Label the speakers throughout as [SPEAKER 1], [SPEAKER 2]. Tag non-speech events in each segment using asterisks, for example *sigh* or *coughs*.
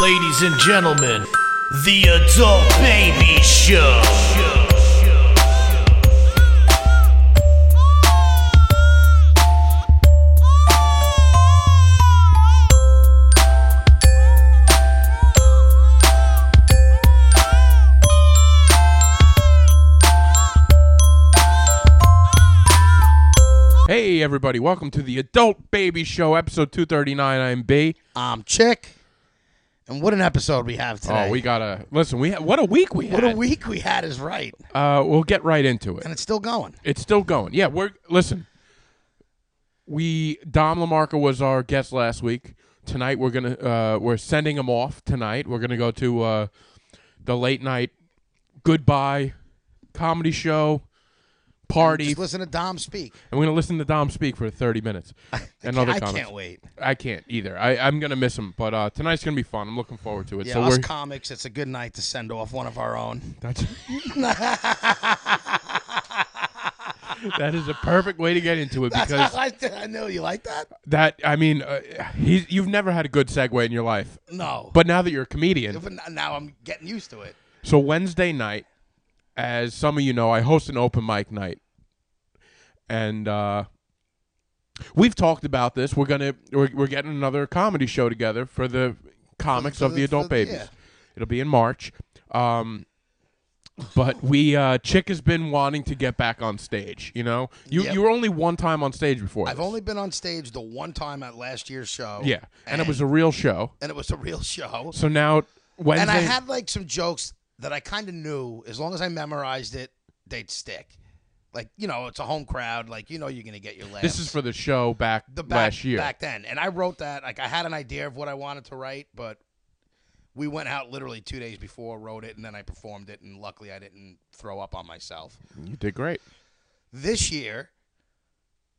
[SPEAKER 1] Ladies and gentlemen, the Adult Baby Show.
[SPEAKER 2] Hey, everybody, welcome to the Adult Baby Show, episode 239. I'm B. Oh,
[SPEAKER 3] I'm um, Chick. And what an episode we have today.
[SPEAKER 2] Oh, we got to listen. We ha- What a week we had.
[SPEAKER 3] what a week we had is right.
[SPEAKER 2] Uh, we'll get right into it.
[SPEAKER 3] And it's still going.
[SPEAKER 2] It's still going. Yeah, we're. Listen, we. Dom Lamarca was our guest last week. Tonight, we're going to. Uh, we're sending him off tonight. We're going to go to uh, the late night goodbye comedy show party.
[SPEAKER 3] Just listen to Dom speak.
[SPEAKER 2] And we're going to listen to Dom speak for 30 minutes. and other
[SPEAKER 3] I
[SPEAKER 2] comments.
[SPEAKER 3] can't wait.
[SPEAKER 2] I can't either. I, I'm gonna miss him, but uh, tonight's gonna be fun. I'm looking forward to it.
[SPEAKER 3] Yeah,
[SPEAKER 2] so
[SPEAKER 3] us
[SPEAKER 2] we're
[SPEAKER 3] comics, it's a good night to send off one of our own.
[SPEAKER 2] *laughs*
[SPEAKER 3] *laughs*
[SPEAKER 2] that's *laughs* that is a perfect way to get into it because
[SPEAKER 3] I, I know you like that.
[SPEAKER 2] that I mean, uh, he's, you've never had a good segue in your life,
[SPEAKER 3] No,
[SPEAKER 2] but now that you're a comedian,
[SPEAKER 3] But n- now I'm getting used to it.
[SPEAKER 2] so Wednesday night, as some of you know, I host an open mic night, and uh, we've talked about this. We're gonna we're, we're getting another comedy show together for the comics
[SPEAKER 3] For
[SPEAKER 2] of
[SPEAKER 3] the-
[SPEAKER 2] the adult
[SPEAKER 3] for the-
[SPEAKER 2] babies.
[SPEAKER 3] yeah.
[SPEAKER 2] It'll be in March. Um, but we uh, chick has been wanting to get back on stage. You know, you
[SPEAKER 3] Yep.
[SPEAKER 2] you were only one time on stage before.
[SPEAKER 3] I've
[SPEAKER 2] this.
[SPEAKER 3] only been on stage the one time at last year's show.
[SPEAKER 2] yeah, and, it was a real show.
[SPEAKER 3] and it was a real show.
[SPEAKER 2] So now Wednesday,
[SPEAKER 3] and I had like some jokes that I kind of knew as long as I memorized it, they'd stick. Like you know, it's a home crowd. Like you know, you're gonna get your laughs.
[SPEAKER 2] this is for the show back
[SPEAKER 3] the back,
[SPEAKER 2] last year.
[SPEAKER 3] back then, and I wrote that. Like I had an idea of what I wanted to write, but we went out literally two days before, wrote it, and then I performed it. And luckily, I didn't throw up on myself.
[SPEAKER 2] You did great.
[SPEAKER 3] This year,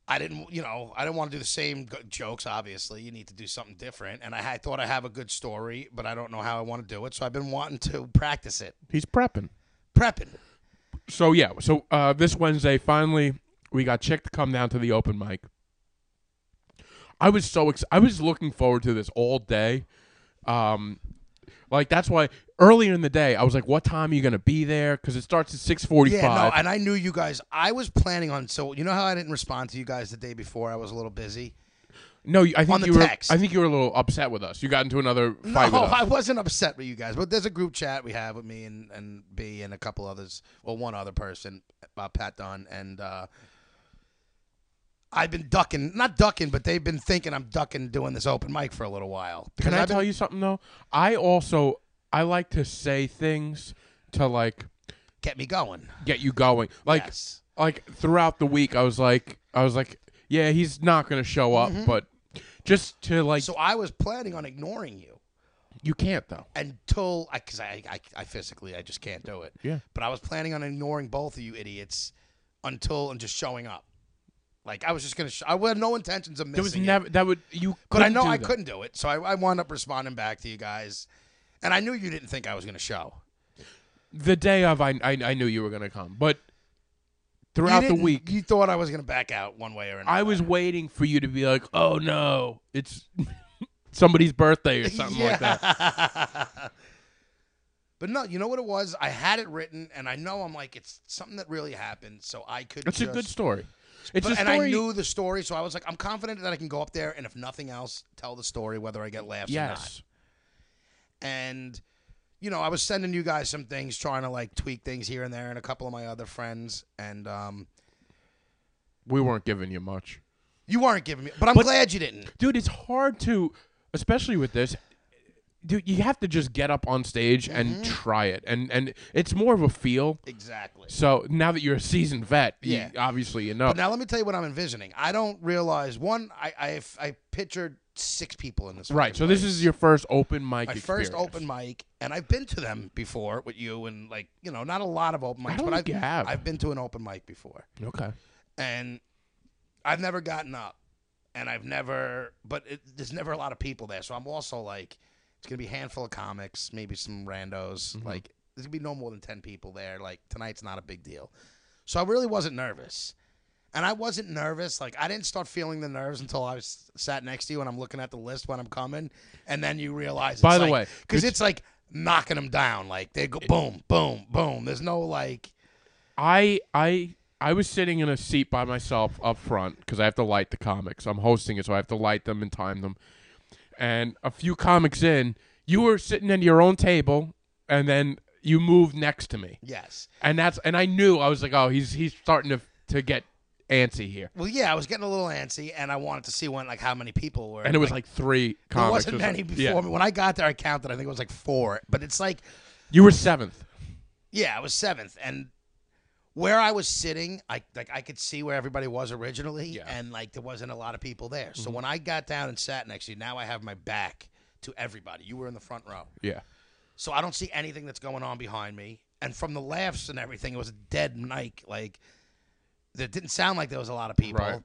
[SPEAKER 3] I didn't. You know, I didn't want to do the same g- jokes. Obviously, you need to do something different. And I, had- thought I have a good story, but I don't know how I want to do it. So I've been wanting to practice it,
[SPEAKER 2] He's prepping.
[SPEAKER 3] prepping.
[SPEAKER 2] so yeah, so uh, this Wednesday, finally, we got Chick to come down to the open mic. I was so ex- I was looking forward to this all day. Um, like that's why earlier in the day I was like, "What time are you gonna be there?" Because it starts at six forty-five.
[SPEAKER 3] Yeah, no, and I knew you guys. I was planning on. So you know how I didn't respond to you guys the day before. I was a little busy.
[SPEAKER 2] no, you- I
[SPEAKER 3] on
[SPEAKER 2] think
[SPEAKER 3] the
[SPEAKER 2] you were.
[SPEAKER 3] text.
[SPEAKER 2] I think you were a little upset with us. You got into another
[SPEAKER 3] No,
[SPEAKER 2] fight with us.
[SPEAKER 3] Oh, I wasn't upset with you guys, but there's a group chat we have with me and, and B and a couple others. Well, one other person, uh, Pat Dunn, and uh, I've been ducking, not ducking, but they've been thinking I'm ducking doing this open mic for a little while.
[SPEAKER 2] Can I
[SPEAKER 3] I've
[SPEAKER 2] tell
[SPEAKER 3] been-
[SPEAKER 2] you something though? I also I like to say things to like
[SPEAKER 3] Get me going.
[SPEAKER 2] get you going. Like
[SPEAKER 3] Yes.
[SPEAKER 2] like throughout the week I was like I was like, yeah, he's not going to show up, but just to like
[SPEAKER 3] Mm-hmm. So I was planning on ignoring you
[SPEAKER 2] you can't though.
[SPEAKER 3] until I, because I, I, I physically, I just can't do it.
[SPEAKER 2] Yeah.
[SPEAKER 3] But I was planning on ignoring both of you idiots until and just showing up. Like I was just gonna, sh- I had no intentions of missing.
[SPEAKER 2] There was
[SPEAKER 3] it.
[SPEAKER 2] never that would you
[SPEAKER 3] But I know
[SPEAKER 2] do
[SPEAKER 3] I
[SPEAKER 2] that.
[SPEAKER 3] couldn't do it, so I, I wound up responding back to you guys, and I knew you didn't think I was going to show.
[SPEAKER 2] The day of I I, I knew you were going to come, but
[SPEAKER 3] You
[SPEAKER 2] throughout the
[SPEAKER 3] didn't-
[SPEAKER 2] week
[SPEAKER 3] you thought I was going to back out one way or another.
[SPEAKER 2] I was waiting for you to be like, "Oh no, it's *laughs* somebody's birthday or something
[SPEAKER 3] *laughs*
[SPEAKER 2] like that."
[SPEAKER 3] that. *laughs* but no, you know what it was? I had it written, and I know I'm like it's something that really happened, so I could.
[SPEAKER 2] It's a
[SPEAKER 3] just,
[SPEAKER 2] good story. It's
[SPEAKER 3] But,
[SPEAKER 2] a story
[SPEAKER 3] and I knew the story, so I was like, I'm confident that I can go up there, and if nothing else, tell the story, whether I get laughs or not.
[SPEAKER 2] Yes.
[SPEAKER 3] and you know i was sending you guys some things trying to like tweak things here and there and a couple of my other friends and um
[SPEAKER 2] We weren't giving you much.
[SPEAKER 3] you weren't giving me but i'm glad you didn't
[SPEAKER 2] dude it's hard to especially with this dude you have to just get up on stage
[SPEAKER 3] Mm-hmm.
[SPEAKER 2] and try it and and it's more of a feel
[SPEAKER 3] exactly
[SPEAKER 2] so now that you're a seasoned vet you-
[SPEAKER 3] Yeah.
[SPEAKER 2] obviously you know
[SPEAKER 3] but now let me tell you what i'm envisioning i don't realize one i i, I pictured six people in this
[SPEAKER 2] right
[SPEAKER 3] fucking
[SPEAKER 2] so this
[SPEAKER 3] place.
[SPEAKER 2] is your first open mic
[SPEAKER 3] my
[SPEAKER 2] experience.
[SPEAKER 3] first open mic and i've been to them before with you and like you know not a lot of open mics
[SPEAKER 2] don't think
[SPEAKER 3] but i've,
[SPEAKER 2] you have.
[SPEAKER 3] I've been to an open mic before
[SPEAKER 2] okay
[SPEAKER 3] and I've never gotten up, and I've never, but it, there's never a lot of people there, so I'm also like, it's gonna be a handful of comics, maybe some randos,
[SPEAKER 2] Mm-hmm.
[SPEAKER 3] like there's gonna be no more than ten people there. Like tonight's not a big deal, so I really wasn't nervous, and I wasn't nervous. Like I didn't start feeling the nerves until I was sat next to you and I'm looking at the list when I'm coming, and then you realize.
[SPEAKER 2] By the way,
[SPEAKER 3] because
[SPEAKER 2] could-
[SPEAKER 3] it's like knocking them down. Like they go boom, boom, boom. There's no like.
[SPEAKER 2] I I I was sitting in a seat by myself up front because I have to light the comics. I'm hosting it, so I have to light them and time them. And a few comics in, you were sitting at your own table, and then you moved next to me,
[SPEAKER 3] Yes.
[SPEAKER 2] and that's and I knew I was like, oh, he's he's starting to to get antsy here,
[SPEAKER 3] Well, yeah, I was getting a little antsy, and I wanted to see when like how many people were.
[SPEAKER 2] and it was like three
[SPEAKER 3] there
[SPEAKER 2] comics.
[SPEAKER 3] wasn't
[SPEAKER 2] It was
[SPEAKER 3] many
[SPEAKER 2] like-
[SPEAKER 3] before
[SPEAKER 2] yeah.
[SPEAKER 3] me. When I got there, I counted. I think it was like four. But it's like
[SPEAKER 2] You were seventh.
[SPEAKER 3] Yeah, I was seventh, and where I was sitting, I like I could see where everybody was originally,
[SPEAKER 2] Yeah. Mm-hmm.
[SPEAKER 3] and like there wasn't a lot of people there. So when I got down and sat next to you, now I have my back to everybody. You were in the front row,
[SPEAKER 2] Yeah.
[SPEAKER 3] so I don't see anything that's going on behind me. And from the laughs and everything, it was a dead mic. Like there didn't sound like there was a lot of people.
[SPEAKER 2] Right.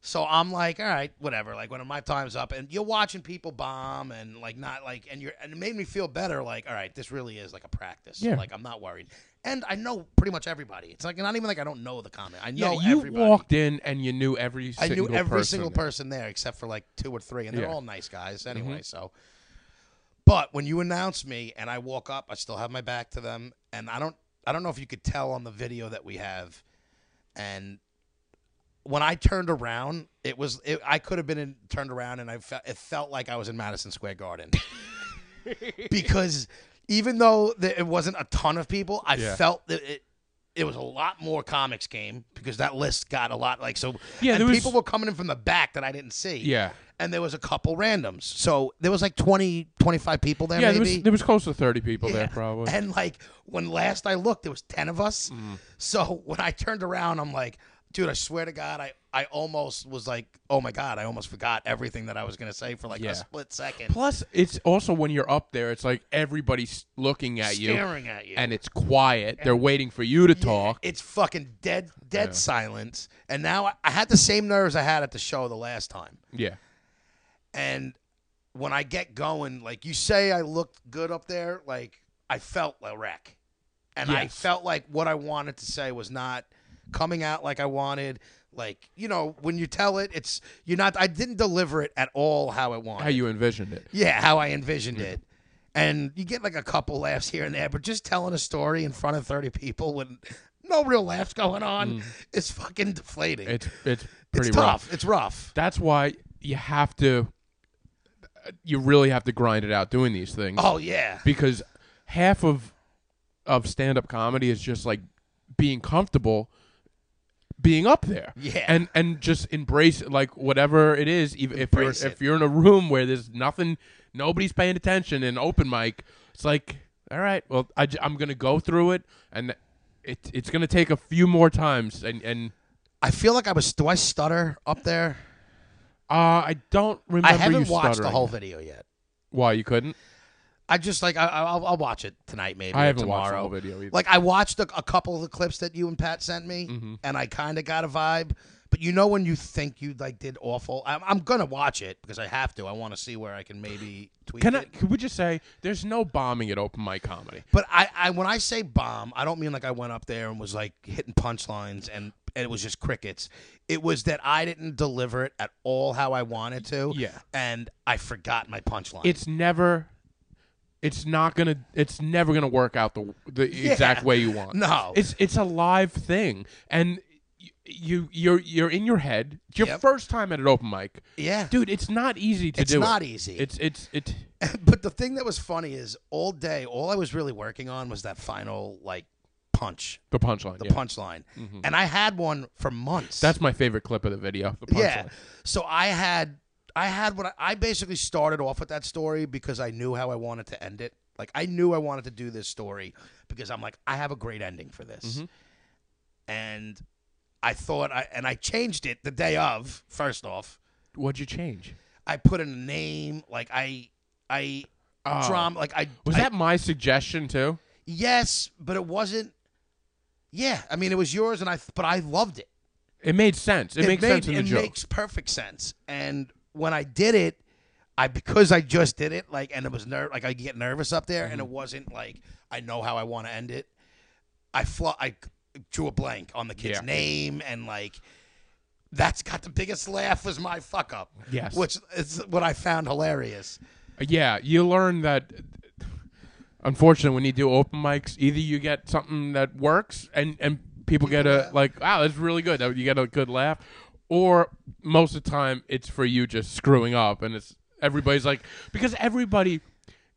[SPEAKER 3] So I'm like, all right, whatever. Like when my time's up, and you're watching people bomb, and like not like, and you're, and it made me feel better. Like, all right, this really is like a practice.
[SPEAKER 2] Yeah.
[SPEAKER 3] Like I'm not worried, and I know pretty much everybody. It's like not even like I don't know the comic. I know
[SPEAKER 2] yeah, you
[SPEAKER 3] everybody.
[SPEAKER 2] walked in and you knew every.
[SPEAKER 3] I knew
[SPEAKER 2] single
[SPEAKER 3] every
[SPEAKER 2] person
[SPEAKER 3] single
[SPEAKER 2] there.
[SPEAKER 3] person there except for like two or three, and they're
[SPEAKER 2] Yeah. Mm-hmm.
[SPEAKER 3] all nice guys anyway. So, but when you announce me and I walk up, I still have my back to them, and I don't, I don't know if you could tell on the video that we have, and when I turned around, it was, it, I could have been in, turned around, and I felt, it felt like I was in Madison
[SPEAKER 2] *laughs*
[SPEAKER 3] Square Garden, because even though the, it wasn't a ton of people, I
[SPEAKER 2] Yeah.
[SPEAKER 3] felt that it. It was a lot more comics game because that list got a lot like so.
[SPEAKER 2] Yeah,
[SPEAKER 3] and
[SPEAKER 2] there was-
[SPEAKER 3] people were coming in from the back that I didn't see.
[SPEAKER 2] Yeah.
[SPEAKER 3] And there was a couple randoms. So there was like 20, 25 people there
[SPEAKER 2] Yeah, there
[SPEAKER 3] maybe.
[SPEAKER 2] was, there was close to thirty people there
[SPEAKER 3] Yeah.
[SPEAKER 2] probably.
[SPEAKER 3] And like when last I looked, there was 10 of us.
[SPEAKER 2] Mm-hmm.
[SPEAKER 3] So when I turned around, I'm like, dude, I swear to God, I, I almost was like, oh my God, I almost forgot everything that I was going to say for like
[SPEAKER 2] Yeah.
[SPEAKER 3] a split second.
[SPEAKER 2] Plus, it's also when you're up there, it's like everybody's looking at you,
[SPEAKER 3] staring at you.
[SPEAKER 2] and it's quiet. They're waiting for you to talk.
[SPEAKER 3] It's fucking dead, dead silence. And now I, I had the same nerves I had at the show the last time.
[SPEAKER 2] Yeah,
[SPEAKER 3] and when I get going, like you say, I looked good up there. Like I felt a wreck, and I
[SPEAKER 2] Yes.
[SPEAKER 3] felt like what I wanted to say was not coming out like I wanted. Like you know, when you tell it, it's you're not. I didn't deliver it at all how I wanted.
[SPEAKER 2] how you envisioned it.
[SPEAKER 3] yeah, how I envisioned it. And you get like a couple laughs here and there, but just telling a story in front of thirty people with no real laughs going on is fucking deflating.
[SPEAKER 2] Mm. It's it's
[SPEAKER 3] It's
[SPEAKER 2] pretty rough.
[SPEAKER 3] tough. It's rough.
[SPEAKER 2] That's why you have to, you really have to grind it out doing these things
[SPEAKER 3] Oh yeah.
[SPEAKER 2] because half of of stand up comedy is just like being comfortable being up there.
[SPEAKER 3] Yeah.
[SPEAKER 2] And and just embrace like whatever it is even if you're
[SPEAKER 3] Embrace it.
[SPEAKER 2] if you're in a room where there's nothing nobody's paying attention and open mic it's like all right well I am going to go through it and it it's going to take a few more times and and
[SPEAKER 3] I feel like I was. Do I stutter up there?
[SPEAKER 2] uh I don't remember
[SPEAKER 3] I haven't
[SPEAKER 2] you
[SPEAKER 3] watched
[SPEAKER 2] stuttering.
[SPEAKER 3] the whole video yet.
[SPEAKER 2] Why you couldn't?
[SPEAKER 3] I just like I, I'll, I'll watch it tonight maybe.
[SPEAKER 2] I
[SPEAKER 3] or
[SPEAKER 2] haven't watched the
[SPEAKER 3] tomorrow.
[SPEAKER 2] whole video either.
[SPEAKER 3] Like I watched a, a couple of the clips that you and Pat sent me,
[SPEAKER 2] Mm-hmm.
[SPEAKER 3] and I kind of got a vibe. But you know when you think you like did awful, I'm, I'm gonna watch it because I have to. I want to see where I can maybe tweak
[SPEAKER 2] Can I?
[SPEAKER 3] it.
[SPEAKER 2] Could we just say there's no bombing at open mic comedy?
[SPEAKER 3] But I, I when I say bomb, I don't mean like I went up there and was like hitting punchlines and, and it was just crickets. It was that I didn't deliver it at all how I wanted to.
[SPEAKER 2] Yeah.
[SPEAKER 3] And I forgot my punchline.
[SPEAKER 2] it's never it's not gonna it's never gonna work out the the exact way you want
[SPEAKER 3] No.
[SPEAKER 2] it's it's a live thing and y- you you're you're in your head it's your
[SPEAKER 3] Yep.
[SPEAKER 2] first time at an open mic
[SPEAKER 3] Yeah.
[SPEAKER 2] dude it's not easy to
[SPEAKER 3] It's
[SPEAKER 2] do
[SPEAKER 3] not
[SPEAKER 2] it.
[SPEAKER 3] easy.
[SPEAKER 2] it's it's it's
[SPEAKER 3] *laughs* but the thing that was funny is all day, all I was really working on was that final like punch,
[SPEAKER 2] the punchline
[SPEAKER 3] the
[SPEAKER 2] yeah. Mm-hmm.
[SPEAKER 3] punchline, and I had one for months.
[SPEAKER 2] that's my favorite clip of the video the punchline
[SPEAKER 3] yeah. So I had, I had what I, I basically started off with that story because I knew how I wanted to end it. Like I knew I wanted to do this story because I'm like I have a great ending for this,
[SPEAKER 2] Mm-hmm.
[SPEAKER 3] and I thought I and I changed it the day of. First off,
[SPEAKER 2] what'd you change
[SPEAKER 3] I put in a name like I, I.
[SPEAKER 2] Oh.
[SPEAKER 3] drama like I
[SPEAKER 2] was
[SPEAKER 3] I-
[SPEAKER 2] that my suggestion too
[SPEAKER 3] Yes, but it wasn't. Yeah, I mean, it was yours, and I. But I loved it.
[SPEAKER 2] it made sense it, makes
[SPEAKER 3] made-
[SPEAKER 2] sense in the
[SPEAKER 3] it
[SPEAKER 2] joke
[SPEAKER 3] makes perfect sense. And when I did it, I because I just did it, like, and it was nerve, like I get nervous up there,
[SPEAKER 2] Mm-hmm.
[SPEAKER 3] and it wasn't like I know how I want to end it. I fl- I drew a blank on the kid's
[SPEAKER 2] Yeah.
[SPEAKER 3] name, and like that's got the biggest laugh was my fuck up.
[SPEAKER 2] Yes.
[SPEAKER 3] Which is what I found hilarious.
[SPEAKER 2] Yeah, you learn that. Unfortunately, when you do open mics, either you get something that works and and people get a like, wow, that's really good. You get a good laugh, or most of the time it's for you just screwing up, and it's everybody's like because everybody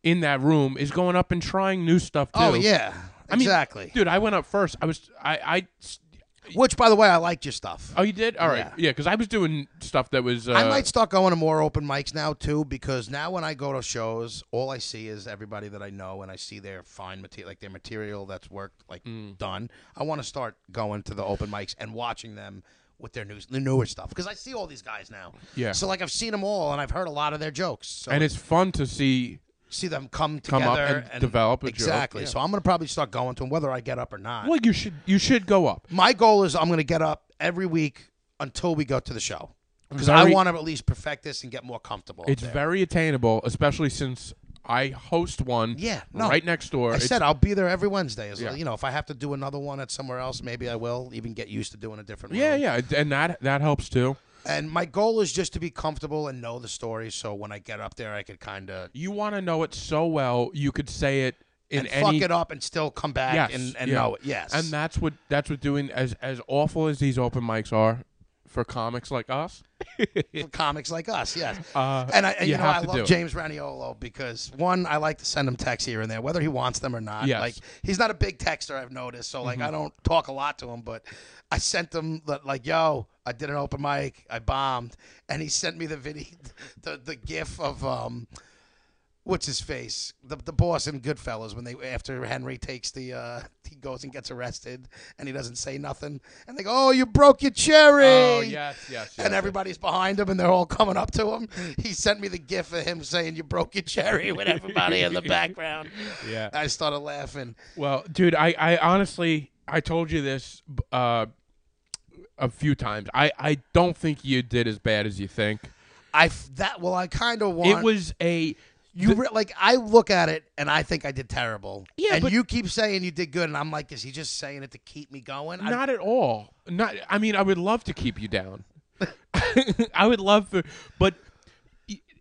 [SPEAKER 2] in that room is going up and trying new stuff too.
[SPEAKER 3] Oh yeah.
[SPEAKER 2] I mean,
[SPEAKER 3] Exactly.
[SPEAKER 2] dude. I went up first. I was I I.
[SPEAKER 3] Which by the way, I liked your stuff.
[SPEAKER 2] Oh, you did? All right.
[SPEAKER 3] Yeah.
[SPEAKER 2] Yeah, because I was doing stuff that was. Uh,
[SPEAKER 3] I might start going to more open mics now too, because now when I go to shows, all I see is everybody that I know, and I see their fine material, like their material that's worked, like
[SPEAKER 2] Mm.
[SPEAKER 3] done. I want to start going to the open mics and watching them with their news, the newer stuff, because I see all these guys now.
[SPEAKER 2] Yeah.
[SPEAKER 3] So like I've seen them all, and I've heard a lot of their jokes. So
[SPEAKER 2] And it's fun to see.
[SPEAKER 3] see them come together,
[SPEAKER 2] Come up and develop a joke,
[SPEAKER 3] exactly.
[SPEAKER 2] yeah.
[SPEAKER 3] So I'm gonna probably start going to them, whether I get up or not.
[SPEAKER 2] Well, you should you should go up.
[SPEAKER 3] My goal is I'm going to get up every week until we go to the show because I
[SPEAKER 2] Very-
[SPEAKER 3] want to at least perfect this and get more comfortable.
[SPEAKER 2] It's
[SPEAKER 3] there.
[SPEAKER 2] very attainable, especially since I host one.
[SPEAKER 3] Yeah, no.
[SPEAKER 2] right next door.
[SPEAKER 3] I
[SPEAKER 2] It's-
[SPEAKER 3] said I'll be there every Wednesday. As
[SPEAKER 2] Yeah.
[SPEAKER 3] you know, if I have to do another one at somewhere else, maybe I will. Even get used to doing a different.
[SPEAKER 2] yeah,
[SPEAKER 3] room.
[SPEAKER 2] yeah, and that that helps too.
[SPEAKER 3] And my goal is just to be comfortable and know the story, so when I get up there, I could kind of
[SPEAKER 2] You want to know it so well, you could say it in
[SPEAKER 3] and fuck
[SPEAKER 2] any.
[SPEAKER 3] it up and still come back
[SPEAKER 2] Yes,
[SPEAKER 3] and, and
[SPEAKER 2] yeah.
[SPEAKER 3] know it. Yes,
[SPEAKER 2] And that's what that's what doing as as awful as these open mics are for comics like us.
[SPEAKER 3] for comics like us. Yes.
[SPEAKER 2] *laughs* Uh,
[SPEAKER 3] and I, and,
[SPEAKER 2] you
[SPEAKER 3] you, know,
[SPEAKER 2] have
[SPEAKER 3] I
[SPEAKER 2] to do
[SPEAKER 3] love
[SPEAKER 2] it.
[SPEAKER 3] James Raniolo because one, I like to send him texts here and there, whether he wants them or not.
[SPEAKER 2] Yes. Mm-hmm.
[SPEAKER 3] Like he's not a big texter, I've noticed. So like, I don't talk a lot to him, but I sent him the, like, yo, I did an open mic, I bombed, and he sent me the video, *laughs* the the gif of um. What's his face? The the boss in Goodfellas when they after Henry takes the uh *laughs* he goes and gets arrested and he doesn't say nothing and they go oh you broke your cherry
[SPEAKER 2] Oh yes, yes, yes.
[SPEAKER 3] and everybody's behind him and they're all coming up to him. He sent me the gif of him saying, You broke your cherry with everybody
[SPEAKER 2] *laughs*
[SPEAKER 3] in the background.
[SPEAKER 2] Yeah.
[SPEAKER 3] I started laughing.
[SPEAKER 2] Well, dude, I, I honestly I told you this b- uh, a few times. I, I don't think you did as bad as you think.
[SPEAKER 3] I f- that well, I kind of want
[SPEAKER 2] It was a
[SPEAKER 3] you re- like I look at it and I think I did terrible.
[SPEAKER 2] Yeah,
[SPEAKER 3] and
[SPEAKER 2] but-
[SPEAKER 3] you keep saying you did good, and I'm like, is he just saying it to keep me going? I-
[SPEAKER 2] not at all. Not I mean I would love to keep you down. *laughs* I would love for but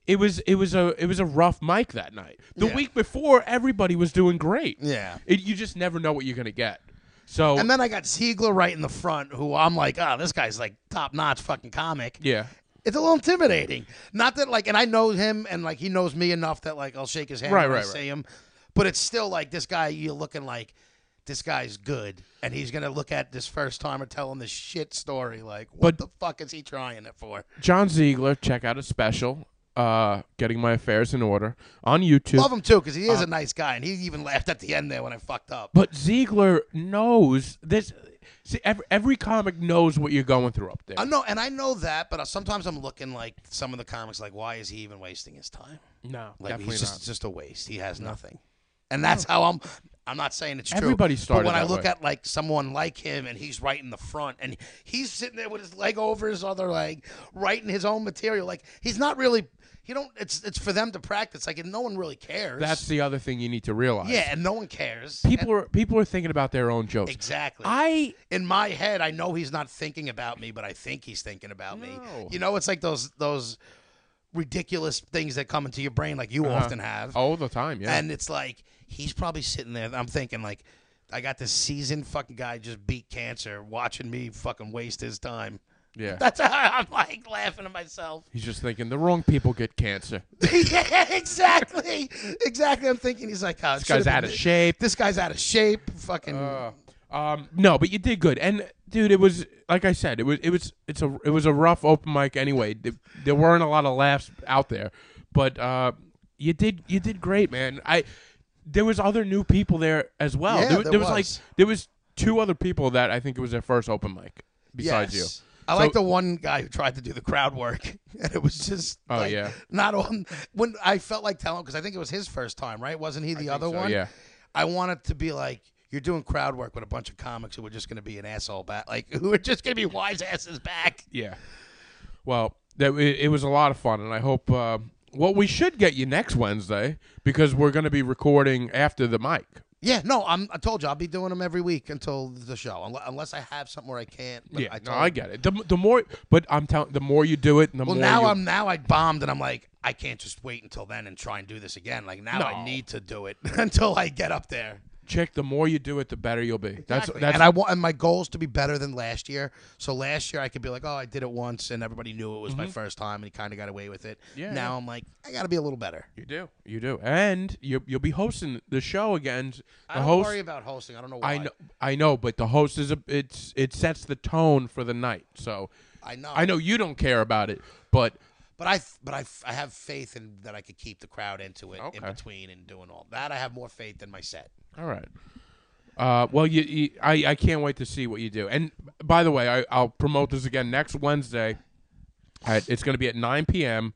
[SPEAKER 2] it was it was a it was a rough mic that night. The
[SPEAKER 3] Yeah.
[SPEAKER 2] week before everybody was doing great.
[SPEAKER 3] Yeah.
[SPEAKER 2] It, you just never know what you're going to get. So
[SPEAKER 3] and then I got Siegler right in the front, who I'm like, oh, this guy's like top notch fucking comic.
[SPEAKER 2] yeah.
[SPEAKER 3] it's a little intimidating. Not that like, and I know him, and like he knows me enough that like I'll shake his hand
[SPEAKER 2] Right,
[SPEAKER 3] when I
[SPEAKER 2] right,
[SPEAKER 3] see him. But it's still like this guy. You're looking like this guy's good, and he's gonna look at this first time and tell him this shit story. Like, what
[SPEAKER 2] But-
[SPEAKER 3] the fuck is he trying it for?
[SPEAKER 2] John Ziegler, check out a special uh getting my affairs in order on YouTube.
[SPEAKER 3] Love him too, because he is a nice guy, and he even laughed at the end there when I fucked up.
[SPEAKER 2] Uh, But Ziegler knows this. See, every, every comic knows what you're going through up there.
[SPEAKER 3] I know, and I know that, but uh, sometimes I'm looking like some of the comics, like, why is he even wasting his time?
[SPEAKER 2] no,
[SPEAKER 3] Like
[SPEAKER 2] definitely
[SPEAKER 3] he's just
[SPEAKER 2] not.
[SPEAKER 3] just a waste. He has nothing. And that's how I'm I'm not saying it's true.
[SPEAKER 2] Everybody started
[SPEAKER 3] But when I
[SPEAKER 2] that
[SPEAKER 3] look
[SPEAKER 2] way.
[SPEAKER 3] at like someone like him and he's right in the front and he's sitting there with his leg over his other leg, writing his own material. Like he's not really you don't it's it's for them to practice. Like and no one really cares.
[SPEAKER 2] That's the other thing you need to realize.
[SPEAKER 3] yeah, and no one cares.
[SPEAKER 2] people are people are thinking about their own jokes.
[SPEAKER 3] Exactly.
[SPEAKER 2] I
[SPEAKER 3] in my head, I know he's not thinking about me, but I think he's thinking about me.
[SPEAKER 2] No.
[SPEAKER 3] You know, it's like those those ridiculous things that come into your brain, like
[SPEAKER 2] Uh-huh.
[SPEAKER 3] you often have.
[SPEAKER 2] all the time. Yeah,
[SPEAKER 3] And it's like he's probably sitting there. I'm thinking like, I got this seasoned fucking guy just beat cancer, watching me fucking waste his time. *laughs*
[SPEAKER 2] yeah.
[SPEAKER 3] That's how I'm like laughing to myself. *laughs*
[SPEAKER 2] he's just thinking the wrong people get cancer.
[SPEAKER 3] yeah, exactly, exactly. I'm thinking he's like, oh,
[SPEAKER 2] This guy's out of shape.
[SPEAKER 3] This guy's out of shape. Fucking.
[SPEAKER 2] Uh, um, no, but you did good. And dude, it was like I said, it was it was it's a it was a rough open mic anyway. Th- There weren't a lot of laughs out there, but uh, you did you did great, man. I there was other new people there as well.
[SPEAKER 3] Yeah,
[SPEAKER 2] there,
[SPEAKER 3] there
[SPEAKER 2] was like
[SPEAKER 3] was.
[SPEAKER 2] there was two other people that I think it was their first open mic besides
[SPEAKER 3] Yes.
[SPEAKER 2] you.
[SPEAKER 3] I
[SPEAKER 2] So-
[SPEAKER 3] like the one guy who tried to do the crowd work, *laughs* and it was just
[SPEAKER 2] Oh,
[SPEAKER 3] like,
[SPEAKER 2] yeah.
[SPEAKER 3] not on. When I felt like telling him because I think it was his first time, right? Wasn't he the other
[SPEAKER 2] so,
[SPEAKER 3] one?
[SPEAKER 2] yeah.
[SPEAKER 3] I wanted to be like you're doing crowd work with a bunch of comics who are just going to be an asshole back, like *laughs* who are just going to be wise asses back.
[SPEAKER 2] Yeah. Well, that it, it was a lot of fun, and I hope. Uh, well, we should get you next Wednesday because we're going to be recording after the mic.
[SPEAKER 3] Yeah, no, I'm. I told you I'll be doing them every week until the show, unle- unless I have something where I can't. But
[SPEAKER 2] yeah,
[SPEAKER 3] I
[SPEAKER 2] no,
[SPEAKER 3] told
[SPEAKER 2] I get it. The, the more, but I'm telling, the more you do it, the
[SPEAKER 3] Well,
[SPEAKER 2] more.
[SPEAKER 3] now
[SPEAKER 2] you-
[SPEAKER 3] I'm now I bombed and I'm like I can't just wait until then and try and do this again. Like now I
[SPEAKER 2] No.
[SPEAKER 3] need to do it *laughs* until I get up there.
[SPEAKER 2] chick. The more you do it, the better you'll be. That's
[SPEAKER 3] Exactly.
[SPEAKER 2] that's
[SPEAKER 3] and I want and my goal is to be better than last year. So last year I could be like, oh, I did it once and everybody knew it was my first time and he kind of got away with it.
[SPEAKER 2] Yeah,
[SPEAKER 3] now
[SPEAKER 2] yeah.
[SPEAKER 3] I'm like, I got to be a little better.
[SPEAKER 2] you do. You do, and you you'll be hosting the show again. The
[SPEAKER 3] I don't
[SPEAKER 2] host,
[SPEAKER 3] worry about hosting. I don't know why.
[SPEAKER 2] I know, I know, but the host is a. It's it sets the tone for the night. So
[SPEAKER 3] I know.
[SPEAKER 2] I know you don't care about it, but
[SPEAKER 3] But I but I, I have faith in that I could keep the crowd into it in
[SPEAKER 2] Okay.
[SPEAKER 3] between and doing all that. I have more faith than my set.
[SPEAKER 2] all right. Uh, well, you, you I, I can't wait to see what you do. And by the way, I, I'll promote this again next Wednesday. At, it's going to be at 9 p.m.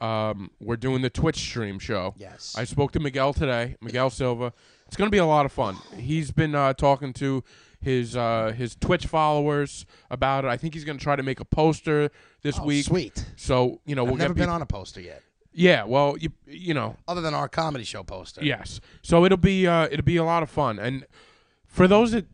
[SPEAKER 2] Um, we're doing the Twitch stream show.
[SPEAKER 3] Yes.
[SPEAKER 2] I spoke to Miguel today, Miguel Silva. It's going to be a lot of fun. He's been uh, talking to his uh, his Twitch followers about it. I think he's going to try to make a poster this
[SPEAKER 3] Oh,
[SPEAKER 2] week.
[SPEAKER 3] sweet.
[SPEAKER 2] So you know
[SPEAKER 3] I've
[SPEAKER 2] we'll
[SPEAKER 3] never
[SPEAKER 2] get
[SPEAKER 3] been
[SPEAKER 2] peop-
[SPEAKER 3] on a poster yet,
[SPEAKER 2] yeah. Well, you you know
[SPEAKER 3] other than our comedy show poster.
[SPEAKER 2] Yes. So it'll be uh, it'll be a lot of fun. And for those that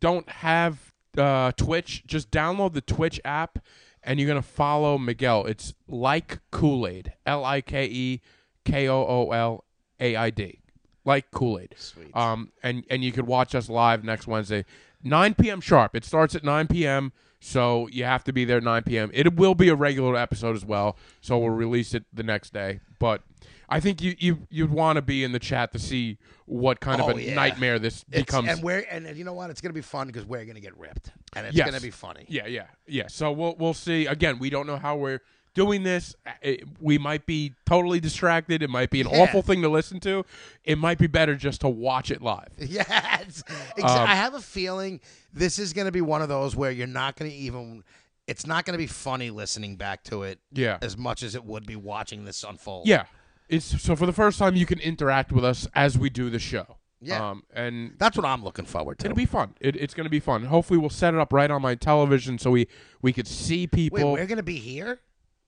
[SPEAKER 2] don't have uh, Twitch, just download the Twitch app, and you're gonna follow Miguel. It's like Kool Aid. L I K E K O O L A I D. Like Kool Aid.
[SPEAKER 3] Sweet.
[SPEAKER 2] Um, and and you could watch us live next Wednesday, 9 p.m. sharp. It starts at 9 p.m. So you have to be there 9 p.m. It will be a regular episode as well. So we'll release it the next day. But I think you you you'd want to be in the chat to see what kind
[SPEAKER 3] Oh,
[SPEAKER 2] of a
[SPEAKER 3] yeah.
[SPEAKER 2] nightmare this
[SPEAKER 3] It's-
[SPEAKER 2] becomes.
[SPEAKER 3] and we're and, and you know what? It's gonna be fun because we're gonna get ripped, and it's
[SPEAKER 2] Yes.
[SPEAKER 3] gonna be funny.
[SPEAKER 2] yeah, yeah, yeah. So we'll we'll see. Again, we don't know how we're doing this. It- we might be totally distracted. It might be an
[SPEAKER 3] Yeah.
[SPEAKER 2] awful thing to listen to. It might be better just to watch it live.
[SPEAKER 3] *laughs* Yes. Exa-
[SPEAKER 2] Um,
[SPEAKER 3] I have a feeling this is gonna be one of those where you're not gonna even. It's not gonna be funny listening back to it
[SPEAKER 2] Yeah.
[SPEAKER 3] as much as it would be watching this unfold.
[SPEAKER 2] Yeah. It's so for the first time you can interact with us as we do the show.
[SPEAKER 3] Yeah.
[SPEAKER 2] Um, and
[SPEAKER 3] that's what I'm looking forward to.
[SPEAKER 2] it'll be fun. It, it's going to be fun. Hopefully we'll set it up right on my television so we we could see
[SPEAKER 3] Wait,
[SPEAKER 2] people.
[SPEAKER 3] we're gonna be here.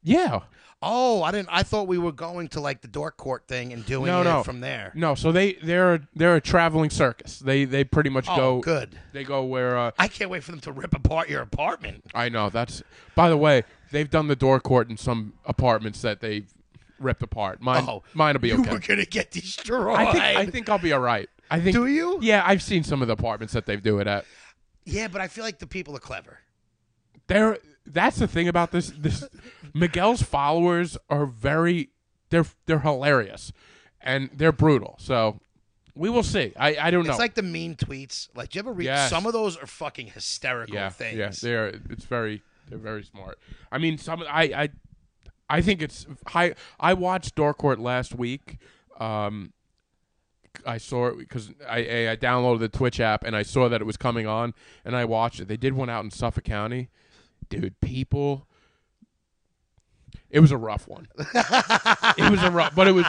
[SPEAKER 2] yeah.
[SPEAKER 3] Oh, I didn't. I thought we were going to like the dork court thing and doing
[SPEAKER 2] No,
[SPEAKER 3] it
[SPEAKER 2] no.
[SPEAKER 3] from there.
[SPEAKER 2] No, so they they're they're a traveling circus. They they pretty much
[SPEAKER 3] Oh,
[SPEAKER 2] go
[SPEAKER 3] good.
[SPEAKER 2] they go where uh,
[SPEAKER 3] I can't wait for them to rip apart your apartment.
[SPEAKER 2] I know that's By the way, they've done the door court in some apartments that they've ripped apart. Mine
[SPEAKER 3] Oh,
[SPEAKER 2] mine'll be
[SPEAKER 3] you
[SPEAKER 2] okay.
[SPEAKER 3] *laughs* were gonna get destroyed.
[SPEAKER 2] I think I think I'll be all right. I think
[SPEAKER 3] Do you?
[SPEAKER 2] Yeah, I've seen some of the apartments that they do it at.
[SPEAKER 3] Yeah, but I feel like the people are clever.
[SPEAKER 2] there that's the thing about this this Miguel's followers are very they're they're hilarious and they're brutal. So we will see. I I don't know.
[SPEAKER 3] It's like the mean tweets. Like, do you ever read?
[SPEAKER 2] Yes.
[SPEAKER 3] Some of those are fucking hysterical
[SPEAKER 2] yeah,
[SPEAKER 3] things.
[SPEAKER 2] yeah, they're it's very they're very smart. I mean, some I I I think it's high. I watched Dorcourt last week. Um, I saw it because I, I I downloaded the Twitch app and I saw that it was coming on and I watched it. They did one out in Suffolk County, dude. People, it was a rough one.
[SPEAKER 3] *laughs*
[SPEAKER 2] it was a rough, but it was,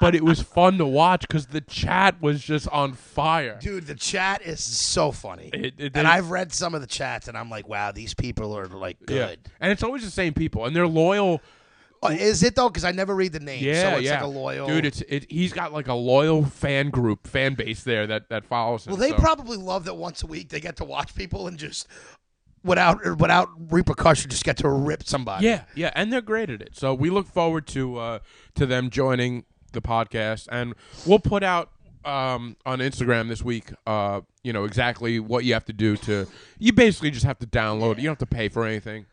[SPEAKER 2] but it was fun to watch because the chat was just on fire.
[SPEAKER 3] Dude, the chat is so funny.
[SPEAKER 2] It- it-
[SPEAKER 3] and
[SPEAKER 2] they-
[SPEAKER 3] I've read some of the chats, and I'm like, wow, these people are like good.
[SPEAKER 2] and it's always the same people and they're loyal.
[SPEAKER 3] Oh, is it though? Because I never read the name,
[SPEAKER 2] Yeah,
[SPEAKER 3] so it's
[SPEAKER 2] yeah.
[SPEAKER 3] like a loyal.
[SPEAKER 2] dude. It's it, he's got like a loyal fan group, fan base there that that follows him.
[SPEAKER 3] Well, they
[SPEAKER 2] so-
[SPEAKER 3] probably love that once a week they get to watch people and just without without repercussion just get to rip somebody.
[SPEAKER 2] yeah, yeah, and they're great at it. So we look forward to uh, to them joining the podcast, and we'll put out um, on Instagram this week. Uh, you know exactly what you have to do to. You basically just have to download. it. You don't have to pay for anything.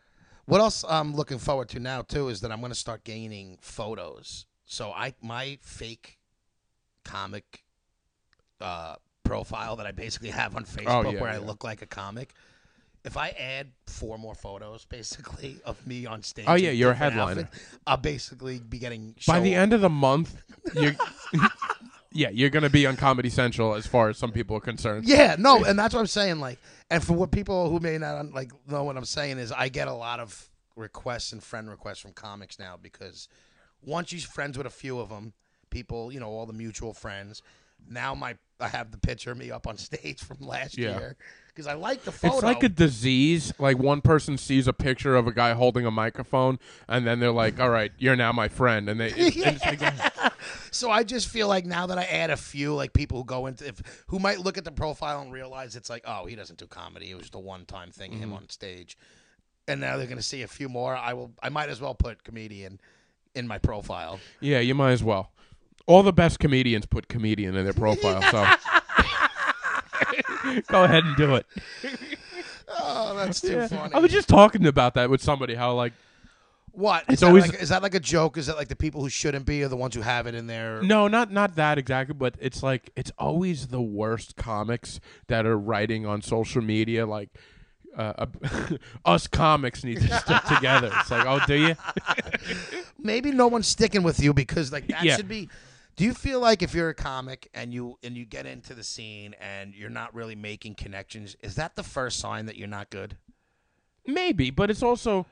[SPEAKER 3] What else I'm looking forward to now too is that I'm going to start gaining photos. So I my fake comic uh, profile that I basically have on Facebook
[SPEAKER 2] Oh, yeah,
[SPEAKER 3] where I
[SPEAKER 2] yeah.
[SPEAKER 3] look like a comic. If I add four more photos, basically *laughs* of me on stage.
[SPEAKER 2] Oh, yeah,
[SPEAKER 3] in
[SPEAKER 2] you're a
[SPEAKER 3] different
[SPEAKER 2] headliner.
[SPEAKER 3] outfits, I'll basically be getting
[SPEAKER 2] By the
[SPEAKER 3] show-
[SPEAKER 2] end of the month, you. *laughs* Yeah, you're gonna be on Comedy Central as far as some people are concerned.
[SPEAKER 3] Yeah, no, and that's what I'm saying. Like, and for what people who may not like know what I'm saying is, I get a lot of requests and friend requests from comics now because once you're friends with a few of them, people, you know, all the mutual friends. Now my I have the picture of me up on *laughs* stage from last
[SPEAKER 2] Yeah.
[SPEAKER 3] year because I like the photo.
[SPEAKER 2] It's like a disease. Like one person sees a picture of a guy holding a microphone, and then they're like, "All right, you're now my friend." And they, *laughs* and it's like,
[SPEAKER 3] So I just feel like now that I add a few like people who go into if who might look at the profile and realize it's like, oh, he doesn't do comedy. It was just a one time thing him on stage. And now they're gonna see a few more. I will I might as well put comedian in my profile.
[SPEAKER 2] yeah, you might as well. All the best comedians put comedian in their profile. So *laughs* go ahead and do it.
[SPEAKER 3] Oh, that's too funny.
[SPEAKER 2] I was just talking about that with somebody. How like
[SPEAKER 3] what? Is
[SPEAKER 2] It's
[SPEAKER 3] that,
[SPEAKER 2] always-
[SPEAKER 3] like, is that like a joke? Is that like the people who shouldn't be are the ones who have it in their
[SPEAKER 2] No, not not that exactly, but it's like it's always the worst comics that are writing on social media like uh, ab- *laughs* us comics need to stick together. It's like, oh, do you? *laughs*
[SPEAKER 3] maybe no one's sticking with you because like that
[SPEAKER 2] Yeah.
[SPEAKER 3] should be do you feel like if you're a comic and you and you get into the scene and you're not really making connections is that the first sign that you're not good
[SPEAKER 2] Maybe, but it's also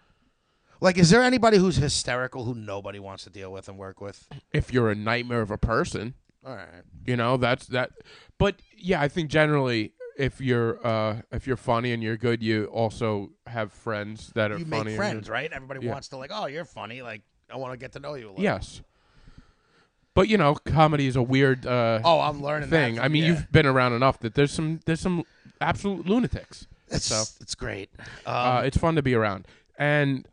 [SPEAKER 3] like is there anybody who's hysterical who nobody wants to deal with and work with
[SPEAKER 2] if you're a nightmare of a person,
[SPEAKER 3] all right
[SPEAKER 2] you know, that's that. But yeah, I think generally, if you're uh, if you're funny and you're good, you also have friends that are
[SPEAKER 3] you
[SPEAKER 2] funny.
[SPEAKER 3] make
[SPEAKER 2] and
[SPEAKER 3] friends
[SPEAKER 2] you're-
[SPEAKER 3] right everybody
[SPEAKER 2] Yeah.
[SPEAKER 3] wants to like oh you're funny like i want to get to know you a little
[SPEAKER 2] Yes, but you know, comedy is a weird. Uh,
[SPEAKER 3] oh i'm learning that
[SPEAKER 2] thing.
[SPEAKER 3] from-
[SPEAKER 2] I mean,
[SPEAKER 3] yeah.
[SPEAKER 2] you've been around enough that there's some there's some absolute lunatics.
[SPEAKER 3] it's,
[SPEAKER 2] so
[SPEAKER 3] it's great
[SPEAKER 2] uh, it's fun to be around. And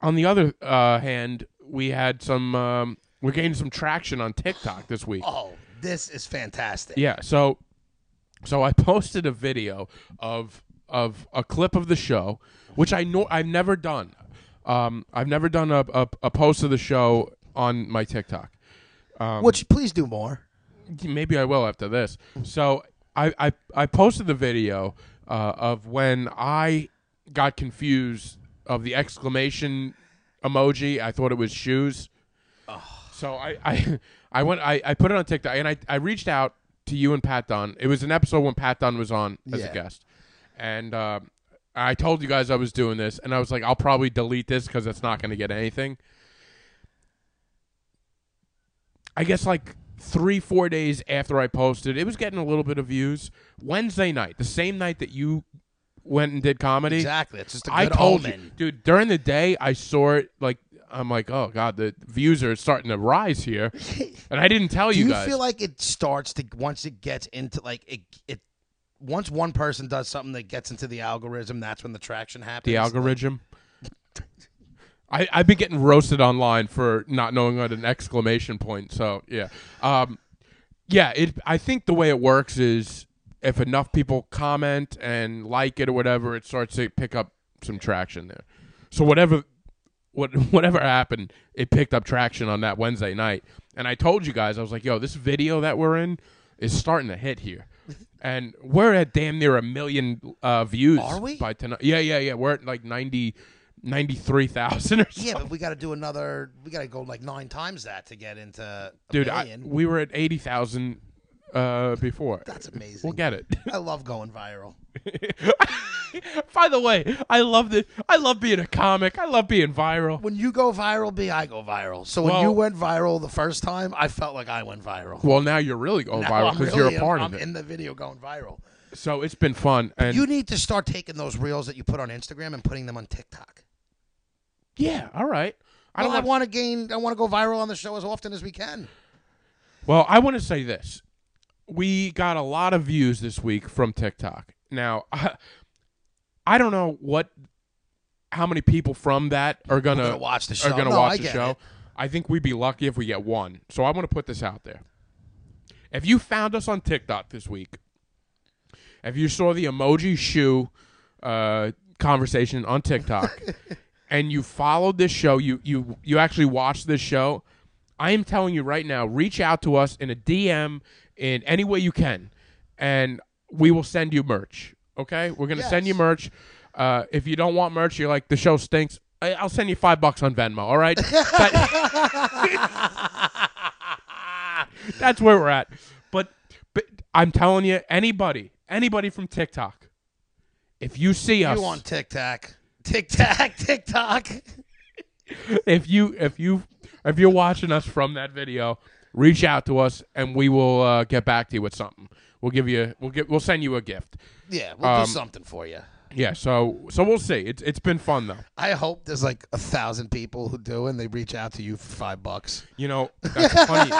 [SPEAKER 2] on the other uh, hand, we had some um, we're gaining some traction on TikTok this week.
[SPEAKER 3] oh this is fantastic
[SPEAKER 2] Yeah, so so I *laughs* posted a video of of a clip of the show, which I know I've never done. Um, I've never done a, a, a post of the show on my TikTok.
[SPEAKER 3] which please do more
[SPEAKER 2] maybe I will after this. So I I, I posted the video uh, of when I got confused of the exclamation emoji. I thought it was shoes. So I I, *laughs* I went I, I put it on TikTok and I, I reached out to you and Pat Dunn. It was an episode when Pat Dunn was on as
[SPEAKER 3] Yeah.
[SPEAKER 2] a guest, and. Uh, I told you guys I was doing this, and I was like, I'll probably delete this because it's not going to get anything. I guess like three, four days after I posted, it was getting a little bit of views. Wednesday night, the same night that you went and did comedy,
[SPEAKER 3] exactly it's just a good
[SPEAKER 2] I told
[SPEAKER 3] omen
[SPEAKER 2] you, dude. During the day, I saw it. Like I'm like, oh god, the views are starting to rise
[SPEAKER 3] *laughs*
[SPEAKER 2] here, and I didn't tell
[SPEAKER 3] Do
[SPEAKER 2] you
[SPEAKER 3] you
[SPEAKER 2] guys.
[SPEAKER 3] feel like it starts to once it gets into like it it once one person does something that gets into the algorithm, that's when the traction happens.
[SPEAKER 2] the algorithm. *laughs* I, I've been getting roasted online for not knowing what an exclamation point. So yeah, um, yeah. It. I think the way it works is if enough people comment and like it or whatever, it starts to pick up some traction there. So whatever, what *laughs* whatever happened, it picked up traction on that Wednesday night. And I told you guys, I was like, "Yo, this video that we're in is starting to hit here."
[SPEAKER 3] *laughs*
[SPEAKER 2] And we're at damn near a million uh, views
[SPEAKER 3] Are we?
[SPEAKER 2] by tonight. Yeah, yeah, yeah. We're at like 90, 93,000 or something.
[SPEAKER 3] Yeah, but we got to do another. We got to go like nine times that to get into a
[SPEAKER 2] Dude, I,
[SPEAKER 3] million.
[SPEAKER 2] we were at 80,000 uh, before.
[SPEAKER 3] that's amazing.
[SPEAKER 2] We'll get it.
[SPEAKER 3] I love going viral.
[SPEAKER 2] *laughs* By the way, I love this. I love being a comic. I love being viral.
[SPEAKER 3] When you go viral, B, I go viral. So when
[SPEAKER 2] Well-
[SPEAKER 3] you went viral the first time, I felt like I went viral.
[SPEAKER 2] Well, now you're really going
[SPEAKER 3] Now
[SPEAKER 2] viral
[SPEAKER 3] I'm
[SPEAKER 2] because
[SPEAKER 3] really-
[SPEAKER 2] you're a part
[SPEAKER 3] I'm
[SPEAKER 2] of it.
[SPEAKER 3] in the video going viral.
[SPEAKER 2] so it's been fun. And
[SPEAKER 3] You need to start taking those reels that you put on Instagram and putting them on TikTok.
[SPEAKER 2] yeah, all right. I
[SPEAKER 3] I
[SPEAKER 2] don't
[SPEAKER 3] don't
[SPEAKER 2] want.
[SPEAKER 3] want to gain. I want to go viral on the show as often as we can.
[SPEAKER 2] Well, I want to say this. We got a lot of views this week from TikTok. Now, *laughs* I, don't know what how many people from that are going
[SPEAKER 3] gonna
[SPEAKER 2] to
[SPEAKER 3] watch the show.
[SPEAKER 2] Are going to
[SPEAKER 3] No, I
[SPEAKER 2] watch the
[SPEAKER 3] get
[SPEAKER 2] show.
[SPEAKER 3] it.
[SPEAKER 2] I think we'd be lucky if we get one. So I want to put this out there. If you found us on TikTok this week, if you saw the emoji shoe uh, conversation on
[SPEAKER 3] *laughs*
[SPEAKER 2] TikTok and you followed this show, you you you actually watched this show, I am telling you right now, reach out to us in a DM in any way you can, and we will send you merch. Okay, we're gonna send you
[SPEAKER 3] Yes.
[SPEAKER 2] merch. Uh, if you don't want merch, you're like the show stinks. I- I'll send you five bucks on Venmo. All
[SPEAKER 3] *laughs*
[SPEAKER 2] right, That- that's where we're at. But, but I'm telling you, anybody, anybody from TikTok, if you see us
[SPEAKER 3] You on Tic Tac? Tic *laughs* Tac, Tic Tac.
[SPEAKER 2] if you if you if you're watching us from that video, reach out to us and we will uh, get back to you with something. We'll give you we'll get we'll send you a gift.
[SPEAKER 3] Yeah, we'll
[SPEAKER 2] Um,
[SPEAKER 3] do something for you.
[SPEAKER 2] Yeah, so so we'll see. It's it's been fun though.
[SPEAKER 3] I hope there's like a thousand people who do, and they reach out to you for five bucks.
[SPEAKER 2] You know, that's funny.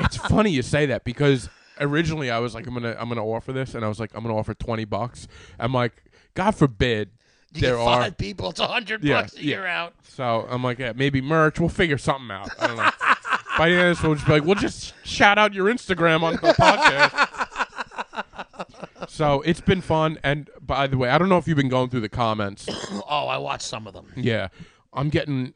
[SPEAKER 2] it's funny *laughs* you say that because originally I was like, I'm gonna I'm gonna offer this, and I was like, I'm gonna offer twenty bucks. I'm like, God forbid
[SPEAKER 3] You
[SPEAKER 2] there
[SPEAKER 3] get
[SPEAKER 2] are
[SPEAKER 3] five people, it's a hundred
[SPEAKER 2] Yeah,
[SPEAKER 3] bucks.
[SPEAKER 2] yeah.
[SPEAKER 3] You're out.
[SPEAKER 2] So I'm like, yeah, maybe merch. We'll figure something out. I don't
[SPEAKER 3] *laughs*
[SPEAKER 2] know. By the end of this, we'll just be like, we'll just shout out your Instagram on the podcast. so it's been fun. And by the way, I don't know if you've been going through the
[SPEAKER 3] *coughs*
[SPEAKER 2] comments.
[SPEAKER 3] Oh, I watched some of them.
[SPEAKER 2] yeah, I'm getting.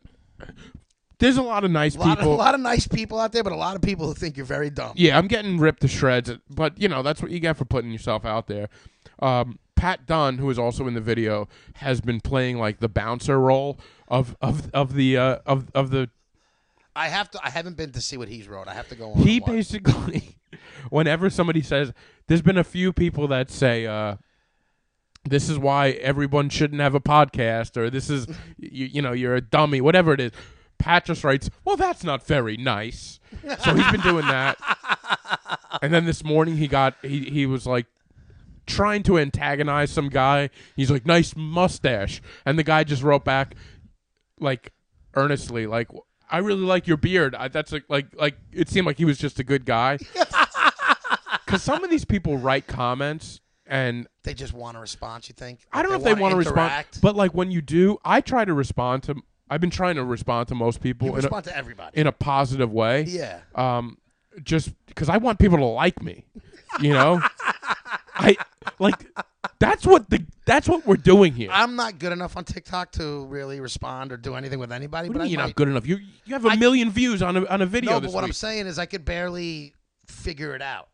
[SPEAKER 2] There's a lot of nice
[SPEAKER 3] A lot, of, a
[SPEAKER 2] people.
[SPEAKER 3] lot of nice people out there, but a lot of people who think you're very dumb.
[SPEAKER 2] yeah, I'm getting ripped to shreds. But you know, that's what you get for putting yourself out there. Um, Pat Dunn, who is also in the video, has been playing like the bouncer role of of of the uh, of of the
[SPEAKER 3] I have to. I haven't been to see what he's wrote. I have to go on.
[SPEAKER 2] he
[SPEAKER 3] and watch.
[SPEAKER 2] basically *laughs* whenever somebody says there's been a few people that say uh this is why everyone shouldn't have a podcast or this is *laughs* you, you know you're a dummy whatever it is pat just writes well that's not very nice so he's been doing that and then this morning he got he, he was like trying to antagonize some guy he's like nice mustache and the guy just wrote back like earnestly like i really like your beard I, that's like, like like it seemed like he was just a good
[SPEAKER 3] *laughs*
[SPEAKER 2] guy because some of these people write comments and
[SPEAKER 3] they just want a response. You think?
[SPEAKER 2] i don't know
[SPEAKER 3] Like,
[SPEAKER 2] if they want to
[SPEAKER 3] wanna
[SPEAKER 2] respond
[SPEAKER 3] interact.
[SPEAKER 2] but like when you do i try to respond to i've been trying to respond to most people
[SPEAKER 3] You
[SPEAKER 2] in a,
[SPEAKER 3] respond to everybody.
[SPEAKER 2] in a positive way
[SPEAKER 3] yeah.
[SPEAKER 2] um, just because I want people to like me. You know, I like that's what the that's what we're doing here.
[SPEAKER 3] I'm not good enough on TikTok to really respond or do anything with anybody.
[SPEAKER 2] what do
[SPEAKER 3] but
[SPEAKER 2] you mean you're
[SPEAKER 3] I
[SPEAKER 2] not
[SPEAKER 3] might-
[SPEAKER 2] good enough? You you have a million views on a on a video
[SPEAKER 3] No, but
[SPEAKER 2] this
[SPEAKER 3] what I'm
[SPEAKER 2] week.
[SPEAKER 3] saying is I could barely figure it out.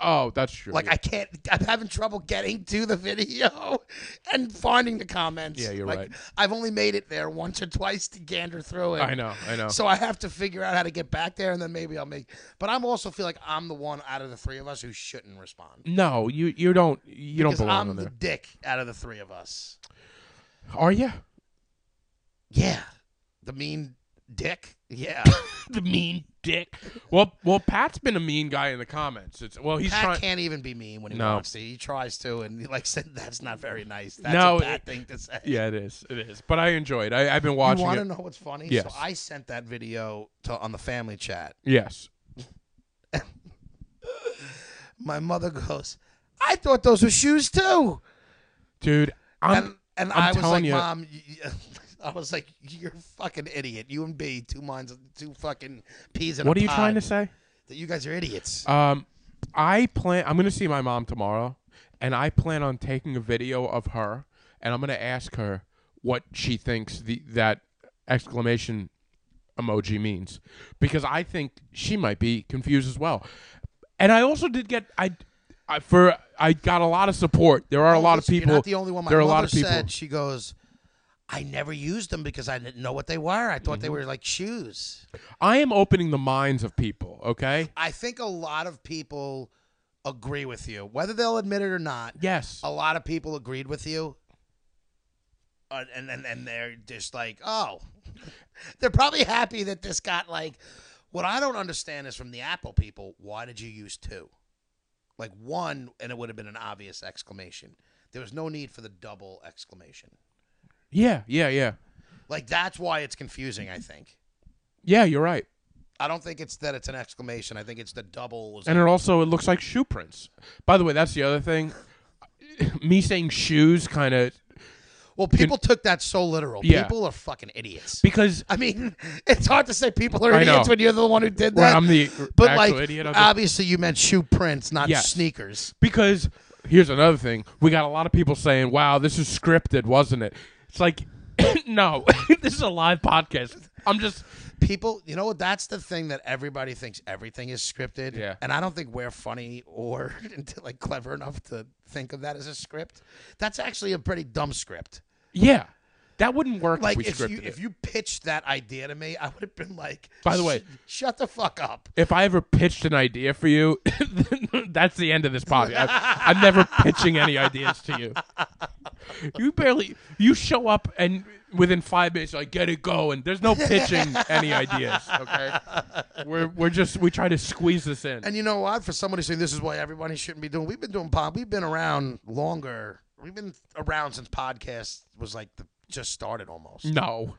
[SPEAKER 2] oh, that's true.
[SPEAKER 3] Like I can't. I'm having trouble getting to the video *laughs* and finding the comments.
[SPEAKER 2] Yeah, you're
[SPEAKER 3] Like,
[SPEAKER 2] right.
[SPEAKER 3] I've only made it there once or twice to gander through it.
[SPEAKER 2] I know, I know.
[SPEAKER 3] So I have to figure out how to get back there, and then maybe I'll make. But I'm also feel like I'm the one out of the three of us who shouldn't respond.
[SPEAKER 2] no, you you don't you don't
[SPEAKER 3] Because
[SPEAKER 2] belong
[SPEAKER 3] I'm
[SPEAKER 2] on
[SPEAKER 3] the
[SPEAKER 2] there.
[SPEAKER 3] dick out of the three of us.
[SPEAKER 2] Are you
[SPEAKER 3] Yeah, the mean dick.
[SPEAKER 2] *laughs*
[SPEAKER 3] Yeah,
[SPEAKER 2] the mean dick? Well, well, Pat's been a mean guy in the comments. It's well, he's
[SPEAKER 3] Pat
[SPEAKER 2] trying.
[SPEAKER 3] can't even be mean when he
[SPEAKER 2] No.
[SPEAKER 3] wants to. He tries to, and he like *laughs* said that's not very nice. That's
[SPEAKER 2] No,
[SPEAKER 3] a bad
[SPEAKER 2] it-
[SPEAKER 3] thing to say.
[SPEAKER 2] Yeah, it is. It is. But I enjoyed. I, I've been
[SPEAKER 3] You
[SPEAKER 2] watching
[SPEAKER 3] want
[SPEAKER 2] it.
[SPEAKER 3] to know what's funny?
[SPEAKER 2] Yes.
[SPEAKER 3] So I sent that video to on the family chat.
[SPEAKER 2] Yes.
[SPEAKER 3] My mother goes, "I thought those were shoes too,"
[SPEAKER 2] Dude, I'm
[SPEAKER 3] and and
[SPEAKER 2] I'm
[SPEAKER 3] i was
[SPEAKER 2] telling
[SPEAKER 3] like,
[SPEAKER 2] you-
[SPEAKER 3] "Mom." y- *laughs* I was like, "You're a fucking idiot. You and B, two minds, two fucking peas in
[SPEAKER 2] What
[SPEAKER 3] a
[SPEAKER 2] are you
[SPEAKER 3] pod,
[SPEAKER 2] trying to say?
[SPEAKER 3] That you guys are idiots.
[SPEAKER 2] Um, I plan. I'm gonna see my mom tomorrow, and I plan on taking a video of her, and I'm gonna ask her what she thinks the that exclamation emoji means, because I think she might be confused as well. And I also did get I, I for I got a lot of support. There are a lot of
[SPEAKER 3] Listen,
[SPEAKER 2] people.
[SPEAKER 3] Oh, You're not the only one. My
[SPEAKER 2] there are a
[SPEAKER 3] mother
[SPEAKER 2] lot of people.
[SPEAKER 3] said she goes. I never used them because I didn't know what they were. I thought
[SPEAKER 2] Mm-hmm.
[SPEAKER 3] they were like shoes.
[SPEAKER 2] I am opening the minds of people. Okay.
[SPEAKER 3] I think a lot of people agree with you, whether they'll admit it or not.
[SPEAKER 2] Yes.
[SPEAKER 3] a lot of people agreed with you, uh, and and and they're just like, oh, *laughs* they're probably happy that this got like. What I don't understand is from the Apple people, why did you use two? Like one, and it would have been an obvious exclamation. There was no need for the double exclamation.
[SPEAKER 2] Yeah. Yeah. Yeah.
[SPEAKER 3] Like that's why it's confusing. I think.
[SPEAKER 2] Yeah. You're right.
[SPEAKER 3] I don't think it's that it's an exclamation. I think it's the double. Was
[SPEAKER 2] And it also it looks like shoe prints. By the way, that's the other thing. *laughs* Me saying shoes kind of
[SPEAKER 3] well, people took that so literal.
[SPEAKER 2] Yeah.
[SPEAKER 3] People are fucking idiots.
[SPEAKER 2] because
[SPEAKER 3] I mean, *laughs* it's hard to say people are
[SPEAKER 2] I know.
[SPEAKER 3] idiots when you're the one who did
[SPEAKER 2] Well,
[SPEAKER 3] that.
[SPEAKER 2] I'm the
[SPEAKER 3] but
[SPEAKER 2] actual
[SPEAKER 3] like,
[SPEAKER 2] idiot of the-
[SPEAKER 3] obviously, you meant shoe prints, not
[SPEAKER 2] Yes.
[SPEAKER 3] sneakers.
[SPEAKER 2] because here's another thing. We got a lot of people saying, "Wow, this is scripted, wasn't it?" It's like *coughs* no, *laughs* this is a live podcast. I'm just
[SPEAKER 3] People, you know what? That's the thing that everybody thinks everything is scripted.
[SPEAKER 2] Yeah.
[SPEAKER 3] And I don't think we're funny or *laughs* like clever enough to think of that as a script. That's actually a pretty dumb script.
[SPEAKER 2] yeah. That wouldn't work if
[SPEAKER 3] Like
[SPEAKER 2] we
[SPEAKER 3] if,
[SPEAKER 2] scripted
[SPEAKER 3] you
[SPEAKER 2] it.
[SPEAKER 3] if you pitched that idea to me, I would have been like,
[SPEAKER 2] By the way-
[SPEAKER 3] "Sh- shut the fuck up.
[SPEAKER 2] if I ever pitched an idea for you, *laughs* that's the end of this podcast. I, I'm never pitching any ideas to you. You barely you show up and within five minutes you're like get it going. There's no pitching any ideas. Okay, we're we're just we try to squeeze this in.
[SPEAKER 3] And you know what? For somebody saying this is why everybody shouldn't be doing, we've been doing pod. We've been around longer. We've been around since podcast was like the, just started almost
[SPEAKER 2] no,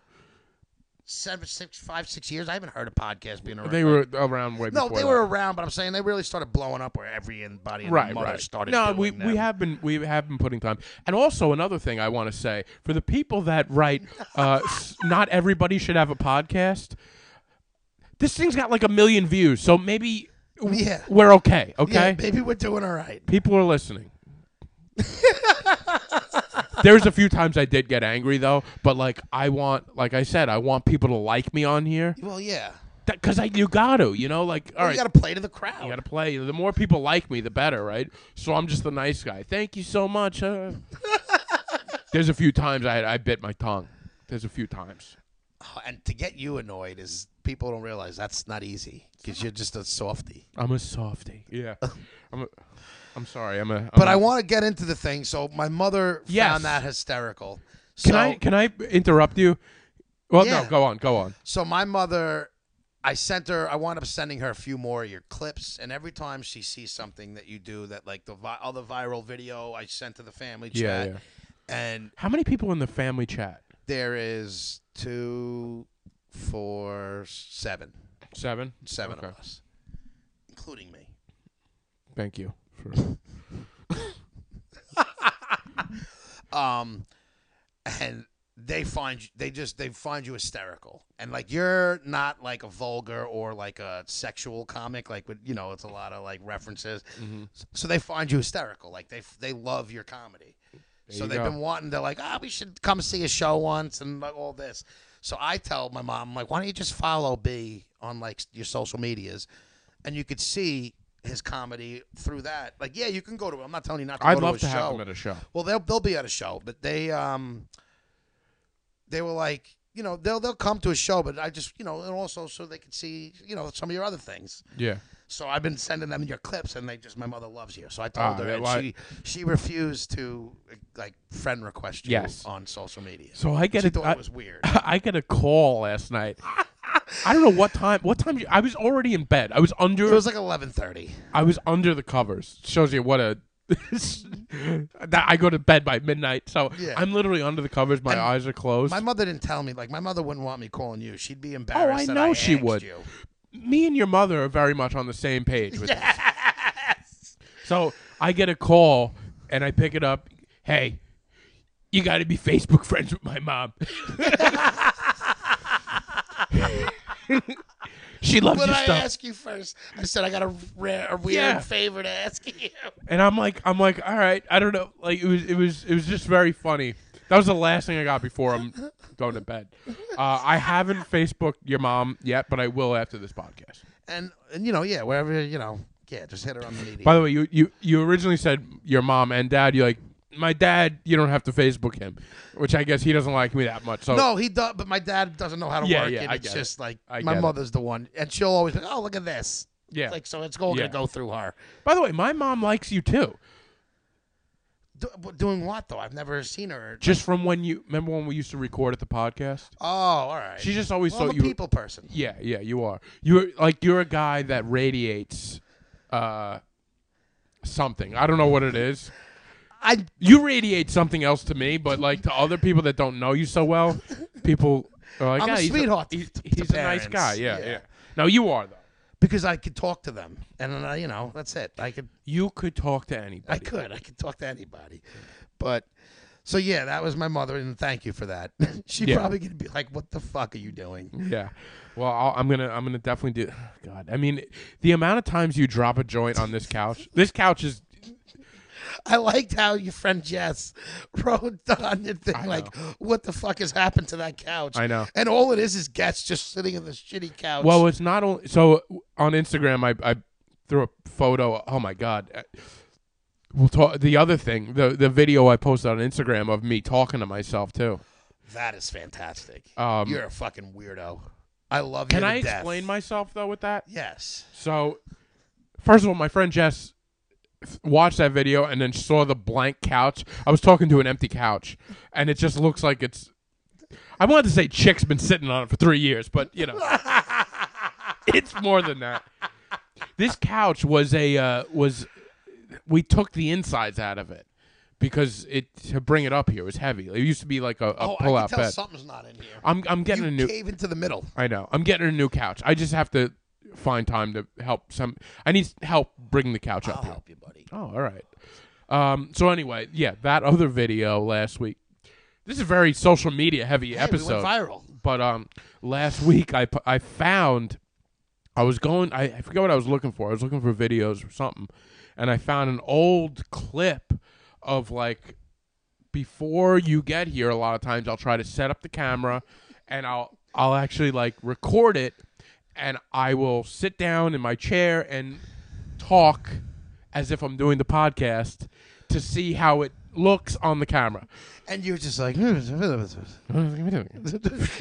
[SPEAKER 3] seven, six, five, six years. I haven't heard a podcast being around.
[SPEAKER 2] they were around way
[SPEAKER 3] no,
[SPEAKER 2] before.
[SPEAKER 3] they
[SPEAKER 2] that.
[SPEAKER 3] were around, but I'm saying they really started blowing up where everybody and
[SPEAKER 2] right,
[SPEAKER 3] their mother
[SPEAKER 2] right.
[SPEAKER 3] started.
[SPEAKER 2] No,
[SPEAKER 3] doing
[SPEAKER 2] we
[SPEAKER 3] them.
[SPEAKER 2] we have been we have been putting time. And also another thing I want to say for the people that write,
[SPEAKER 3] *laughs*
[SPEAKER 2] uh, s- not everybody should have a podcast. This thing's got like a million views, so maybe w-
[SPEAKER 3] Yeah.
[SPEAKER 2] we're okay.
[SPEAKER 3] Yeah,
[SPEAKER 2] Okay,
[SPEAKER 3] maybe we're doing all right.
[SPEAKER 2] people are
[SPEAKER 3] *laughs*
[SPEAKER 2] listening. There's a few times I did get angry though, but like I want, like I said, I want people to like me on here
[SPEAKER 3] Well, yeah.
[SPEAKER 2] because I you got to, you know, like all
[SPEAKER 3] Well,
[SPEAKER 2] right.
[SPEAKER 3] you got to play to the crowd.
[SPEAKER 2] You gotta play. The more people like me, the better, right? So I'm just the nice guy. Thank you so much.
[SPEAKER 3] *laughs*
[SPEAKER 2] uh. There's a few times I I bit my tongue. There's a few times.
[SPEAKER 3] and to get you annoyed is people don't realize that's not easy because you're just a softy.
[SPEAKER 2] I'm a softie. Yeah. *laughs* I'm. A, I'm sorry. I'm a. I'm
[SPEAKER 3] But
[SPEAKER 2] a-
[SPEAKER 3] I want to get into the thing. So my mother
[SPEAKER 2] Yes.
[SPEAKER 3] found that hysterical. So,
[SPEAKER 2] Can I can I interrupt you? Well,
[SPEAKER 3] Yeah.
[SPEAKER 2] no. Go on. Go on.
[SPEAKER 3] *laughs* So my mother, I sent her. I wound up sending her a few more of your clips, and every time she sees something that you do, that like the vi- all the viral video I sent to the family chat,
[SPEAKER 2] Yeah, yeah.
[SPEAKER 3] and
[SPEAKER 2] How many people in the family chat?
[SPEAKER 3] there is two, four, seven,
[SPEAKER 2] Seven.
[SPEAKER 3] seven
[SPEAKER 2] Okay.
[SPEAKER 3] of us, including me.
[SPEAKER 2] Thank you. For,
[SPEAKER 3] um, and they find you, they just they find you hysterical, and like you're not like a vulgar or like a sexual comic, like with you know it's a lot of like references,
[SPEAKER 2] Mm-hmm.
[SPEAKER 3] S- so they find you hysterical, like they f- they love your comedy, so
[SPEAKER 2] you
[SPEAKER 3] they've
[SPEAKER 2] go.
[SPEAKER 3] been wanting to like ah we should come see a show once and like, all this, so I tell my mom I'm like why don't you just follow B on like s- your social medias, and you could see. His comedy through that, like yeah, you can go to. I'm not telling you not to.
[SPEAKER 2] I'd
[SPEAKER 3] go
[SPEAKER 2] love
[SPEAKER 3] to,
[SPEAKER 2] to
[SPEAKER 3] his
[SPEAKER 2] have
[SPEAKER 3] show.
[SPEAKER 2] them at a show.
[SPEAKER 3] Well, they'll they'll be at a show, but they um they were like, you know, they'll they'll come to a show, but I just you know, and also so they can see you know some of your other things.
[SPEAKER 2] Yeah.
[SPEAKER 3] So I've been sending them your clips, and they just my mother loves you. So I told
[SPEAKER 2] Ah,
[SPEAKER 3] her,
[SPEAKER 2] yeah,
[SPEAKER 3] and
[SPEAKER 2] well, I-
[SPEAKER 3] she she refused to like friend request you
[SPEAKER 2] Yes.
[SPEAKER 3] on social media.
[SPEAKER 2] So I get
[SPEAKER 3] she
[SPEAKER 2] it.
[SPEAKER 3] thought
[SPEAKER 2] I-
[SPEAKER 3] it
[SPEAKER 2] *laughs*
[SPEAKER 3] was weird.
[SPEAKER 2] I got a call last night. I don't know what time. What time? you- I was already in bed. I was under.
[SPEAKER 3] It was like eleven thirty.
[SPEAKER 2] I was under the covers. Shows you what a. *laughs* that I go to bed by midnight, so
[SPEAKER 3] Yeah.
[SPEAKER 2] I'm literally under the covers. My eyes are closed.
[SPEAKER 3] My mother didn't tell me. Like my mother wouldn't want me calling you. She'd be embarrassed.
[SPEAKER 2] Oh,
[SPEAKER 3] that
[SPEAKER 2] know
[SPEAKER 3] I
[SPEAKER 2] she
[SPEAKER 3] asked
[SPEAKER 2] would. *laughs*
[SPEAKER 3] you.
[SPEAKER 2] Me and your mother are very much on the same page
[SPEAKER 3] *laughs*
[SPEAKER 2] with this.
[SPEAKER 3] Yes.
[SPEAKER 2] So I get a call and I pick it up. Hey, you got to be Facebook friends with my
[SPEAKER 3] *laughs*
[SPEAKER 2] mom. *laughs* she loves
[SPEAKER 3] What
[SPEAKER 2] your
[SPEAKER 3] did I
[SPEAKER 2] stuff.
[SPEAKER 3] ask you first? I said I got a rare, a weird
[SPEAKER 2] Yeah.
[SPEAKER 3] favor to ask *laughs* you.
[SPEAKER 2] And I'm like, I'm like, all right, I don't know. Like it was, it was, it was just very funny. That was the last thing I got before I'm going to bed. Uh, I haven't Facebooked your mom yet, but I will after this podcast.
[SPEAKER 3] And and you know, yeah, wherever you know, yeah, just hit her on the media.
[SPEAKER 2] By the way, you you you originally said your mom and dad. You're like, my dad. You don't have to Facebook him, which I guess he doesn't like me that much. So
[SPEAKER 3] no, he does, but my dad doesn't know how to
[SPEAKER 2] Yeah,
[SPEAKER 3] work
[SPEAKER 2] yeah,
[SPEAKER 3] it.
[SPEAKER 2] I
[SPEAKER 3] it's
[SPEAKER 2] get
[SPEAKER 3] just like
[SPEAKER 2] I
[SPEAKER 3] my
[SPEAKER 2] get it.
[SPEAKER 3] mother's the one, and she'll always be, oh look at this,
[SPEAKER 2] yeah.
[SPEAKER 3] like so it's all
[SPEAKER 2] Yeah.
[SPEAKER 3] gonna go through her.
[SPEAKER 2] By the way, my mom likes you too.
[SPEAKER 3] Do- but doing what though? I've never seen her.
[SPEAKER 2] Just from when you remember when we used to record at the podcast.
[SPEAKER 3] Oh, all right.
[SPEAKER 2] She just always
[SPEAKER 3] well, I'm
[SPEAKER 2] thought
[SPEAKER 3] a
[SPEAKER 2] you.
[SPEAKER 3] people person.
[SPEAKER 2] Yeah, yeah, you are. You're like you're a guy that radiates uh something. I don't know what it is.
[SPEAKER 3] I
[SPEAKER 2] You radiate something else to me, but like to other people that don't know you so well, people are like,
[SPEAKER 3] I'm a
[SPEAKER 2] "Ah, he's
[SPEAKER 3] sweetheart to-
[SPEAKER 2] he's,
[SPEAKER 3] to
[SPEAKER 2] he's a nice
[SPEAKER 3] parents."
[SPEAKER 2] guy." Yeah,
[SPEAKER 3] Yeah.
[SPEAKER 2] yeah, No, you are though.
[SPEAKER 3] because I could talk to them, and uh, you know that's it. I could
[SPEAKER 2] You could talk to anybody.
[SPEAKER 3] I could. I could talk to anybody. But so yeah, that was my mother, and thank you for that. *laughs* she
[SPEAKER 2] Yeah.
[SPEAKER 3] probably gonna be like, "What the fuck are you doing?"
[SPEAKER 2] Yeah. Well, I'll, I'm gonna I'm gonna definitely do. God, I mean, the amount of times you drop a joint on this couch. This couch is
[SPEAKER 3] I liked how your friend Jess *laughs* wrote on your thing like, "What the fuck has happened to that couch?"
[SPEAKER 2] I know.
[SPEAKER 3] And all it is is guests just sitting in this shitty couch.
[SPEAKER 2] Well, it's not only so on Instagram. I I threw a photo. Oh my god. Uh, We'll talk. The other thing, the the video I posted on Instagram of me talking to myself too.
[SPEAKER 3] that is fantastic.
[SPEAKER 2] Um,
[SPEAKER 3] You're a fucking weirdo. I love you.
[SPEAKER 2] Can
[SPEAKER 3] to
[SPEAKER 2] I
[SPEAKER 3] death.
[SPEAKER 2] explain myself though with that?
[SPEAKER 3] Yes.
[SPEAKER 2] So, first of all, my friend Jess watched that video and then saw the blank couch. I was talking to an empty couch, and it just looks like it's. I wanted to say chick's been sitting on it for three years, but you
[SPEAKER 3] *laughs*
[SPEAKER 2] know, it's more than that. This couch was a uh, was. We took the insides out of it because it to bring it up here was heavy. It used to be like a, a
[SPEAKER 3] oh, I
[SPEAKER 2] pull-out
[SPEAKER 3] can tell
[SPEAKER 2] bed.
[SPEAKER 3] something's not in here.
[SPEAKER 2] I'm I'm getting a
[SPEAKER 3] you
[SPEAKER 2] new.
[SPEAKER 3] cave into the middle.
[SPEAKER 2] I know. I'm getting a new couch. I just have to find time to help some. I need help bringing the couch up.
[SPEAKER 3] I'll
[SPEAKER 2] here.
[SPEAKER 3] help you, buddy.
[SPEAKER 2] Oh, all right. Um, so anyway, yeah, that other video last week. This is a very social media heavy
[SPEAKER 3] Hey,
[SPEAKER 2] episode.
[SPEAKER 3] we went viral.
[SPEAKER 2] But um, last week I pu- I found I was going I, I forget what I was looking for. I was looking for videos or something, and I found an old clip of like before you get here. A lot of times I'll try to set up the camera, and I'll I'll actually like record it, and I will sit down in my chair and talk as if I'm doing the podcast to see how it looks on the camera.
[SPEAKER 3] And you were just like,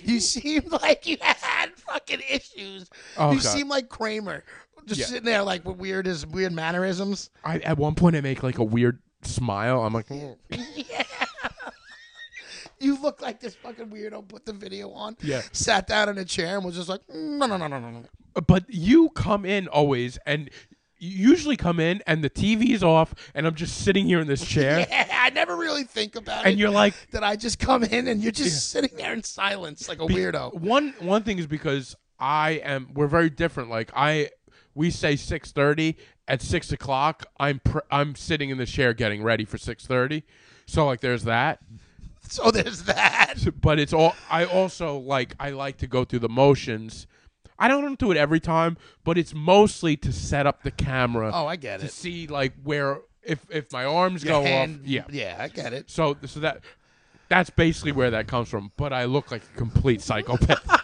[SPEAKER 3] *laughs* you seemed like you had fucking issues.
[SPEAKER 2] Oh,
[SPEAKER 3] you
[SPEAKER 2] God.
[SPEAKER 3] seemed like Kramer, just
[SPEAKER 2] Yeah.
[SPEAKER 3] sitting there like with weirdest weird mannerisms.
[SPEAKER 2] I at one point I make like a weird smile. I'm like,
[SPEAKER 3] You look like this fucking weirdo. Put the video on.
[SPEAKER 2] Yeah.
[SPEAKER 3] Sat down in a chair and was just like, "Mm, no, no, no, no, no, no.
[SPEAKER 2] but you come in always and you usually come in and the TV's off and I'm just sitting here in this
[SPEAKER 3] *laughs*
[SPEAKER 2] chair
[SPEAKER 3] I never really think about it.
[SPEAKER 2] and you're like
[SPEAKER 3] that I just come in and you're just sitting there in silence like a weirdo.
[SPEAKER 2] one one thing is because I am we're very different. Like I we say six thirty at six o'clock. I'm pr- I'm sitting in the chair getting ready for six thirty. So like there's that.
[SPEAKER 3] So there's that.
[SPEAKER 2] but it's all I also like I like to go through the motions. I don't do it every time, but it's mostly to set up the camera
[SPEAKER 3] Oh, I get
[SPEAKER 2] to
[SPEAKER 3] it.
[SPEAKER 2] see like where if if my arms go off.
[SPEAKER 3] And-
[SPEAKER 2] Yeah.
[SPEAKER 3] Yeah, I get it.
[SPEAKER 2] So so that that's basically where that comes from, but I look like a complete
[SPEAKER 3] *laughs*
[SPEAKER 2] psychopath.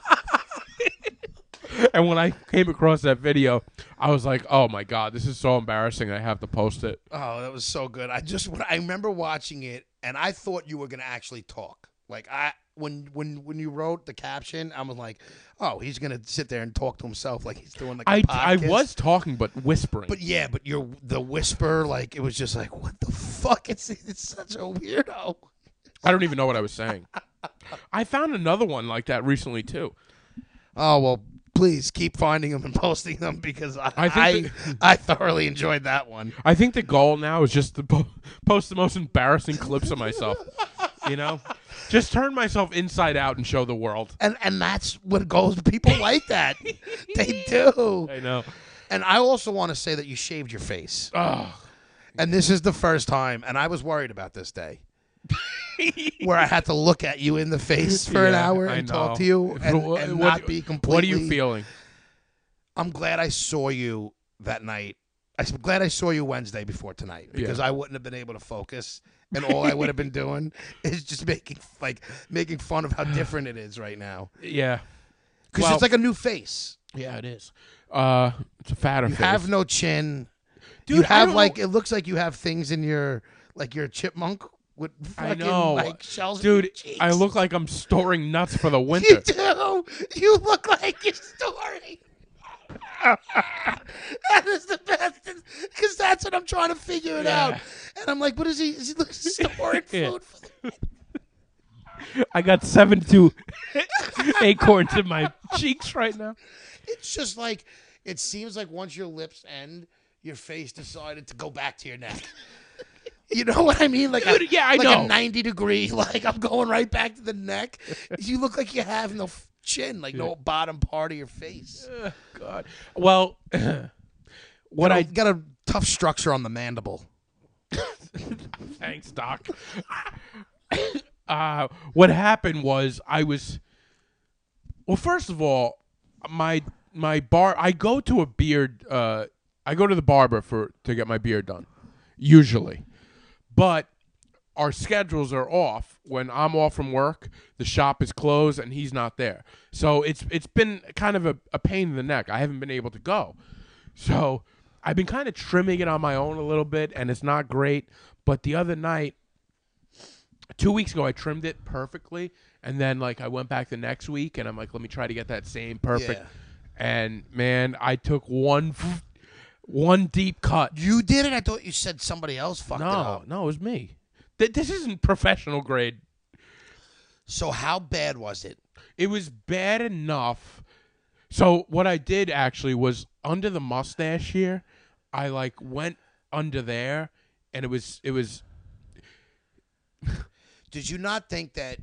[SPEAKER 2] and when I came across that video, I was like, "Oh my god, this is so embarrassing. I have to post it."
[SPEAKER 3] Oh, that was so good. I just when I remember watching it and I thought you were gonna actually talk. Like I when when when you wrote the caption, I was like, oh, he's gonna sit there and talk to himself like he's doing like a
[SPEAKER 2] I, I
[SPEAKER 3] podcast.
[SPEAKER 2] was talking but whispering.
[SPEAKER 3] But yeah, but your the whisper, like it was just like, what the fuck? *laughs* It's it's such a weirdo.
[SPEAKER 2] I don't even know what I was saying. I found another one like that recently too.
[SPEAKER 3] Oh well, please keep finding them and *laughs* posting them because I
[SPEAKER 2] I
[SPEAKER 3] I,
[SPEAKER 2] think
[SPEAKER 3] *laughs* I thoroughly enjoyed that one.
[SPEAKER 2] I think the goal now is just to po- post the most embarrassing clips of myself. You know, just turn myself inside out and show the world.
[SPEAKER 3] And and that's what goes. People like
[SPEAKER 2] *laughs*
[SPEAKER 3] that. they do.
[SPEAKER 2] I know.
[SPEAKER 3] And I also want to say that you shaved your face.
[SPEAKER 2] Oh,
[SPEAKER 3] And this is the first time, and I was worried about this
[SPEAKER 2] *laughs*
[SPEAKER 3] day. where I had to look at you in the face for an hour and talk to you and, and not be completely.
[SPEAKER 2] What are you feeling?
[SPEAKER 3] I'm glad I saw you that night. I'm glad I saw you Wednesday before tonight because I wouldn't have been able to focus, and all I would have been doing *laughs* is just making like making fun of how different it is right now
[SPEAKER 2] Yeah,
[SPEAKER 3] because
[SPEAKER 2] Well-
[SPEAKER 3] it's like a new face.
[SPEAKER 2] yeah, it is. Uh, it's a fatter
[SPEAKER 3] You
[SPEAKER 2] face.
[SPEAKER 3] have no chin.
[SPEAKER 2] Dude,
[SPEAKER 3] you
[SPEAKER 2] I
[SPEAKER 3] have
[SPEAKER 2] don't
[SPEAKER 3] like
[SPEAKER 2] know-
[SPEAKER 3] it looks like you have things in your like your chipmunk with
[SPEAKER 2] I
[SPEAKER 3] fucking
[SPEAKER 2] know.
[SPEAKER 3] like shells. in
[SPEAKER 2] dude.
[SPEAKER 3] your cheeks.
[SPEAKER 2] I look like I'm storing nuts
[SPEAKER 3] *laughs*
[SPEAKER 2] for the
[SPEAKER 3] You
[SPEAKER 2] winter.
[SPEAKER 3] do. You look like your story. that is the best because that's what I'm trying to figure it out.
[SPEAKER 2] Yeah.
[SPEAKER 3] And I'm like, what is he? Is he looking storing
[SPEAKER 2] *laughs* Yeah.
[SPEAKER 3] food? For the-
[SPEAKER 2] I got seventy-two *laughs* acorns in my cheeks right now.
[SPEAKER 3] it's just like it seems like once your lips end, your face decided to go back to your neck. *laughs* You know what I mean? Like a,
[SPEAKER 2] Dude, yeah, I
[SPEAKER 3] like
[SPEAKER 2] know.
[SPEAKER 3] a 90 degree. Like I'm going right back to the neck. You look like you have no f- chin, like no bottom part of your face.
[SPEAKER 2] God. Well, what
[SPEAKER 3] But I
[SPEAKER 2] I
[SPEAKER 3] got a tough structure on the mandible.
[SPEAKER 2] thanks, Doc. *coughs* uh, what happened was I was. Well, first of all, my my bar. I go to a beard. Uh, I go to the barber for to get my beard done, usually, but our schedules are off. When I'm off from work, the shop is closed and he's not there. So it's it's been kind of a, a pain in the neck. I haven't been able to go. So I've been kind of trimming it on my own a little bit, and it's not great. But the other night, two weeks ago, I trimmed it perfectly, and then like I went back the next week, and I'm like, let me try to get that same perfect.
[SPEAKER 3] Yeah.
[SPEAKER 2] And man, I took one. f- one deep cut.
[SPEAKER 3] You did it. I thought you said somebody else fucked it
[SPEAKER 2] No,
[SPEAKER 3] up.
[SPEAKER 2] no, it was me. Th- this isn't professional grade.
[SPEAKER 3] So how bad was it?
[SPEAKER 2] It was bad enough. So what I did actually was under the mustache here, I like went under there, and it was it was
[SPEAKER 3] Did you not think that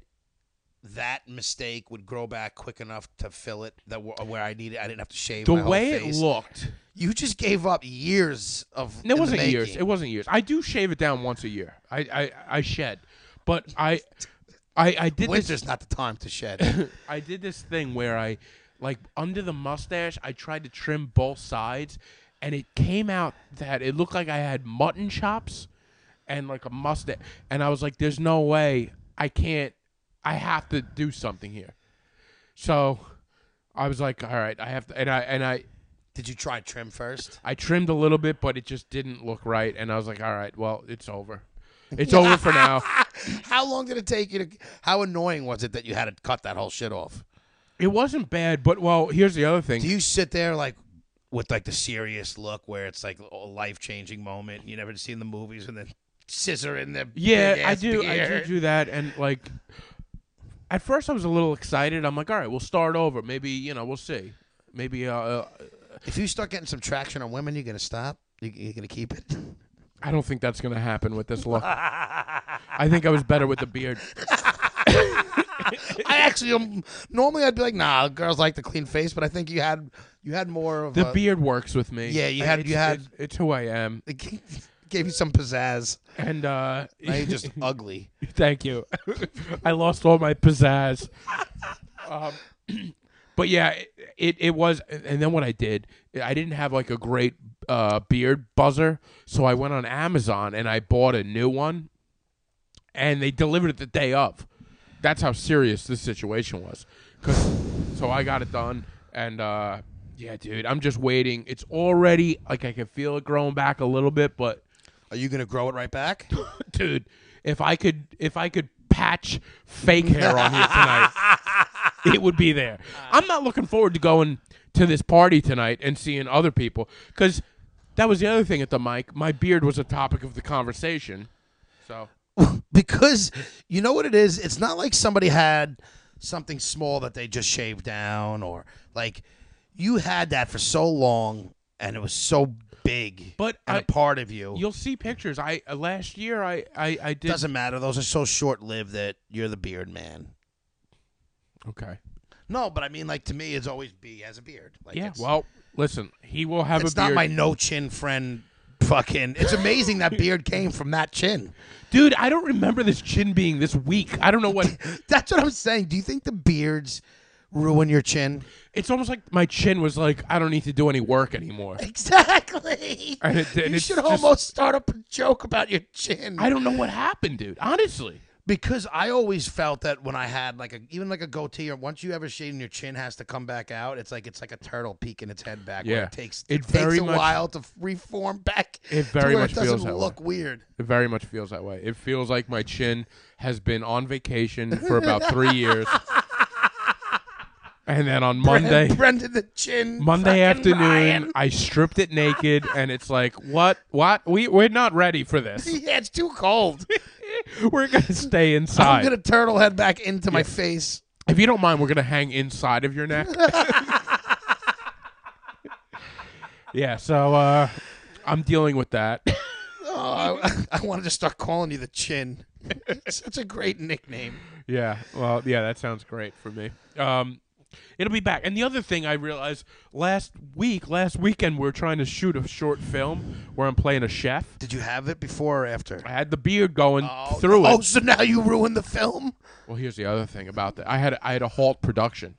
[SPEAKER 3] that mistake would grow back quick enough to fill it that wh- where I needed? I didn't have to shave
[SPEAKER 2] the
[SPEAKER 3] my whole
[SPEAKER 2] way it
[SPEAKER 3] face?
[SPEAKER 2] looked.
[SPEAKER 3] You just gave up years of. in
[SPEAKER 2] It
[SPEAKER 3] the
[SPEAKER 2] wasn't years.
[SPEAKER 3] making.
[SPEAKER 2] It wasn't years. I do shave it down once a year. I I, I shed, but I I I did this.
[SPEAKER 3] Winter's not the time to shed.
[SPEAKER 2] *laughs* I did this thing where I, like, under the mustache, I tried to trim both sides, and it came out that it looked like I had mutton chops and, like, a mustache. And I was like, there's no way. I can't. I have to do something here. So I was like, all right, I have to. And I, and I,
[SPEAKER 3] Did you try trim first? *laughs*
[SPEAKER 2] I trimmed a little bit, but it just didn't look right. And I was like, all right, well, it's over. It's over for now.
[SPEAKER 3] How long did it take you to? How annoying was it that you had to cut that whole shit off?
[SPEAKER 2] It wasn't bad, but, well, here's the other
[SPEAKER 3] Do
[SPEAKER 2] thing.
[SPEAKER 3] you sit there like with like the serious look where it's like a life changing moment you never seen the movies and then scissor in the
[SPEAKER 2] Yeah,
[SPEAKER 3] big
[SPEAKER 2] I
[SPEAKER 3] ass
[SPEAKER 2] do. I do
[SPEAKER 3] beard?
[SPEAKER 2] do that, and like, at first I was a little excited. I'm like, all right, we'll start over. Maybe you know, we'll see. Maybe uh, uh,
[SPEAKER 3] If you start getting some traction on women, you're gonna stop. You- You're gonna keep it.
[SPEAKER 2] I don't think that's gonna happen with this look. I think I was better with the beard.
[SPEAKER 3] *laughs* I actually um, normally I'd be like, nah, girls like the clean face, but I think you had you had more of
[SPEAKER 2] The
[SPEAKER 3] a,
[SPEAKER 2] beard works with me.
[SPEAKER 3] Yeah, you had-
[SPEAKER 2] It's-
[SPEAKER 3] you had-
[SPEAKER 2] it's- it's who I am,
[SPEAKER 3] It g- gave you some pizzazz.
[SPEAKER 2] and uh,
[SPEAKER 3] Now
[SPEAKER 2] *laughs*
[SPEAKER 3] you're just ugly.
[SPEAKER 2] Thank you. *laughs* I lost all my pizzazz. Um, *clears throat* but yeah, it, it was. And then what I did, I didn't have like a great uh, beard buzzer, so I went on Amazon and I bought a new one, and they delivered it the day of. That's how serious this situation was. 'Cause- so I got it done, and uh, yeah, dude, I'm just waiting. It's already like I can feel it growing back a little bit, but
[SPEAKER 3] Are you gonna grow it right back?
[SPEAKER 2] dude if i could if i could patch fake hair on here tonight it would be there i'm not looking forward to going to this party tonight and seeing other people because that was the other thing at the mic my beard was a topic of the conversation so
[SPEAKER 3] *laughs* because you know what it is it's not like somebody had something small that they just shaved down or like you had that for so long and it was so big
[SPEAKER 2] But
[SPEAKER 3] and a
[SPEAKER 2] I-
[SPEAKER 3] part of you
[SPEAKER 2] you'll see pictures i uh, last year i i, I did
[SPEAKER 3] doesn't matter those are so short lived that you're the beard man
[SPEAKER 2] okay
[SPEAKER 3] no but i mean like to me it's always b has a beard like
[SPEAKER 2] yeah
[SPEAKER 3] it's,
[SPEAKER 2] well listen he will have
[SPEAKER 3] it's
[SPEAKER 2] a beard
[SPEAKER 3] not my no chin friend fucking it's amazing that beard came from that chin
[SPEAKER 2] dude i don't remember this chin being this weak i don't know what
[SPEAKER 3] that's what i'm saying do you think the beards ruin your chin
[SPEAKER 2] it's almost like my chin was like i don't need to do any work anymore
[SPEAKER 3] *laughs* Exactly.
[SPEAKER 2] And it- and
[SPEAKER 3] you
[SPEAKER 2] it's
[SPEAKER 3] should
[SPEAKER 2] just-
[SPEAKER 3] almost start up a joke about your chin.
[SPEAKER 2] I don't know what happened, dude. Honestly.
[SPEAKER 3] because I always felt that when I had like a even like a goatee or once you ever shave and your chin has to come back out, it's like it's like a turtle peeking its head back. where
[SPEAKER 2] Yeah.
[SPEAKER 3] It takes
[SPEAKER 2] It
[SPEAKER 3] it,
[SPEAKER 2] very
[SPEAKER 3] takes a
[SPEAKER 2] much-
[SPEAKER 3] while to reform back.
[SPEAKER 2] It
[SPEAKER 3] to
[SPEAKER 2] very
[SPEAKER 3] where
[SPEAKER 2] much
[SPEAKER 3] it doesn't
[SPEAKER 2] feels that way.
[SPEAKER 3] look weird.
[SPEAKER 2] It very much feels that way. It feels like my chin has been on vacation for about three years. And then on Monday
[SPEAKER 3] *laughs* Brendan the chin.
[SPEAKER 2] Monday
[SPEAKER 3] fucking
[SPEAKER 2] afternoon,
[SPEAKER 3] *laughs* Ryan.
[SPEAKER 2] I stripped it naked and it's like, what what? We we're not ready for *laughs* this.
[SPEAKER 3] Yeah, it's too
[SPEAKER 2] *laughs*
[SPEAKER 3] cold.
[SPEAKER 2] We're gonna stay
[SPEAKER 3] I'm
[SPEAKER 2] inside.
[SPEAKER 3] gonna turtle head back into my face.
[SPEAKER 2] If you don't mind, we're gonna hang inside of your *laughs* neck. yeah, so uh I'm dealing with that.
[SPEAKER 3] Oh, I, *laughs* I wanted to start calling you the chin. *laughs* Such a great nickname.
[SPEAKER 2] Yeah. Well, yeah, that sounds great for me. Um, it'll be back. And the other thing I realized last week, last weekend, we were trying to shoot a short film where I'm playing a chef.
[SPEAKER 3] Did you have it before or after?
[SPEAKER 2] I had the beard going through
[SPEAKER 3] oh,
[SPEAKER 2] it.
[SPEAKER 3] so now you ruined the film?
[SPEAKER 2] Well, here's the other thing about that. I had I had a halt production.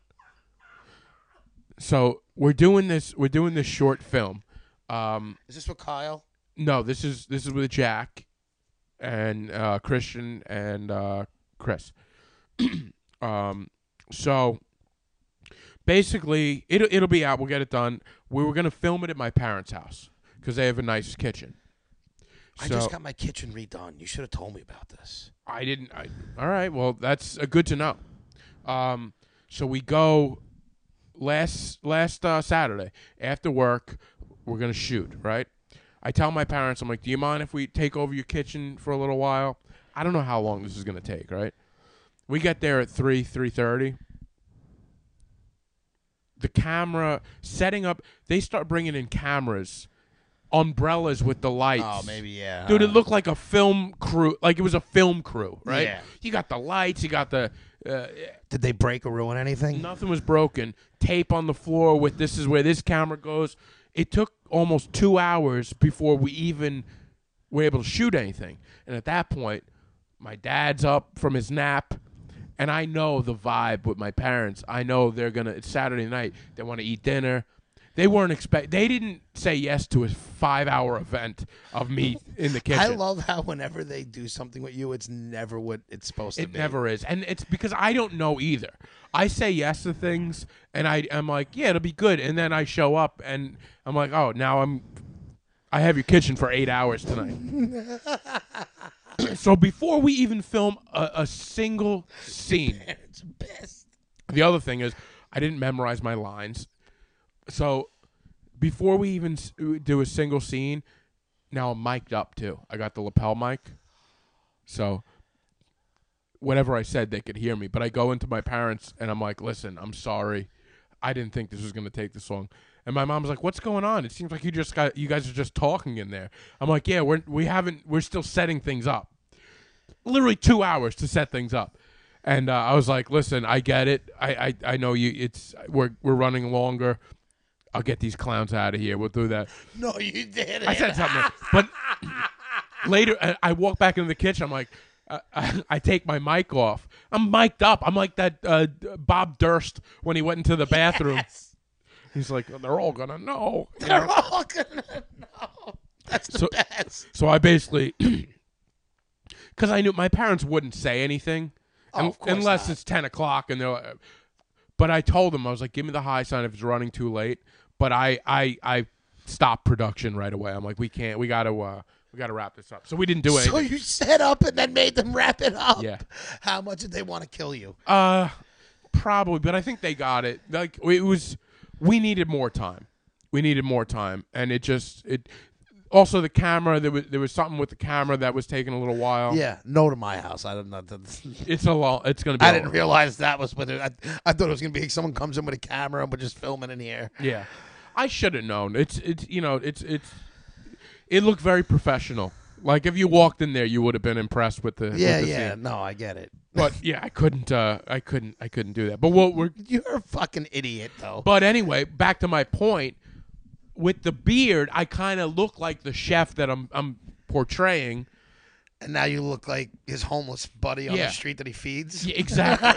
[SPEAKER 2] So we're doing this. We're doing this short film. Um,
[SPEAKER 3] Is this with Kyle?
[SPEAKER 2] no, this is this is with Jack, and uh, Christian and uh, Chris. *clears throat* um, so basically, it'll it'll be out. We'll get it done. We were gonna film it at my parents' house because they have a nice kitchen.
[SPEAKER 3] I
[SPEAKER 2] So-
[SPEAKER 3] just got my kitchen redone. You should have told me about this.
[SPEAKER 2] I didn't. I, all right. Well, that's uh, good to know. Um, so we go last last uh, Saturday after work. We're gonna shoot, right? I tell my parents, I'm like, do you mind if we take over your kitchen for a little while? I don't know how long this is gonna take, right? We get there at three, three thirty. The camera setting up. They start bringing in cameras, umbrellas with the lights.
[SPEAKER 3] Oh, maybe yeah.
[SPEAKER 2] Dude, it looked like a film crew. Like it was a film crew, right?
[SPEAKER 3] Yeah.
[SPEAKER 2] You got the lights. You got the uh,
[SPEAKER 3] Did they break or ruin anything?
[SPEAKER 2] nothing was broken. Tape on the floor with this is where this camera goes. It took almost two hours before we even were able to shoot anything. And at that point, my dad's up from his nap, and I know the vibe with my parents. I know they're gonna. It's Saturday night. They want to eat dinner. They weren't expect. They didn't say yes to a five-hour event of me in the kitchen.
[SPEAKER 3] I love how whenever they do something with you, it's never what it's supposed to
[SPEAKER 2] It
[SPEAKER 3] be.
[SPEAKER 2] never is, and it's because I don't know either. I say yes to things, and I am like, yeah, it'll be good, and then I show up, and I'm like, oh, now I'm, I have your kitchen for eight hours tonight. so before we even film a, a single scene,
[SPEAKER 3] It's best.
[SPEAKER 2] the other thing is, I didn't memorize my lines. So before we even s- uh, do a single scene, now I'm mic'd up too. I got the lapel mic. So whatever I said, they could hear me. But I go into my parents and I'm like, listen, I'm sorry. I didn't think this was going to take this long. And my mom's like, "What's going on? It seems like you just got you guys are just talking in there." I'm like, "Yeah, we're we haven't we're still setting things up." literally two hours to set things up. And uh, I was like, "Listen, I get it. I, I, I know you. It's we're we're running longer. I'll get these clowns out of here. We'll do that."
[SPEAKER 3] No, you didn't.
[SPEAKER 2] I said
[SPEAKER 3] *laughs*
[SPEAKER 2] something, but later I, I walk back into the kitchen. I'm like, I, *laughs* I, I take my mic off. I'm mic'd up. I'm like that uh, Bob Durst when he went into the bathroom. He's like, "They're all gonna know." you know?
[SPEAKER 3] They're all gonna know. That's the
[SPEAKER 2] So-
[SPEAKER 3] best.
[SPEAKER 2] So I basically, *clears throat* because I knew my parents wouldn't say anything, un-
[SPEAKER 3] Oh, of course
[SPEAKER 2] unless
[SPEAKER 3] not.
[SPEAKER 2] it's ten o'clock, and they're. Like, but I told them I was like, "Give me the high sign if it's running too late." But I, I, I stopped production right away. I'm like, "We can't. We gotta, uh, we gotta wrap this up." So we didn't do
[SPEAKER 3] So
[SPEAKER 2] anything.
[SPEAKER 3] you set up and then made them wrap it up.
[SPEAKER 2] Yeah.
[SPEAKER 3] How much did they want to kill you?
[SPEAKER 2] uh, probably, but I think they got it. Like it was, we needed more time. We needed more time, and it just it. Also, the camera there was there was something with the camera that was taking a little while.
[SPEAKER 3] Yeah. No to my house. I don't know. *laughs*
[SPEAKER 2] it's a long. It's gonna be.
[SPEAKER 3] I
[SPEAKER 2] a
[SPEAKER 3] didn't
[SPEAKER 2] long-
[SPEAKER 3] realize that was what it, I, I thought it was gonna be. Someone comes in with a camera and we're just filming in here.
[SPEAKER 2] Yeah, I should have known. It's it's you know it's it's it looked very professional. Like if you walked in there, you would have been impressed with the with
[SPEAKER 3] Yeah,
[SPEAKER 2] the
[SPEAKER 3] yeah.
[SPEAKER 2] scene.
[SPEAKER 3] No, I get it.
[SPEAKER 2] But yeah, I couldn't. Uh, I couldn't. I couldn't do that. But what we're
[SPEAKER 3] You're a fucking idiot, though.
[SPEAKER 2] but anyway, back to my point. With the beard, I kind of look like the chef that I'm I'm portraying.
[SPEAKER 3] and now you look like his homeless buddy on
[SPEAKER 2] Yeah.
[SPEAKER 3] the street that he feeds.
[SPEAKER 2] Yeah, exactly.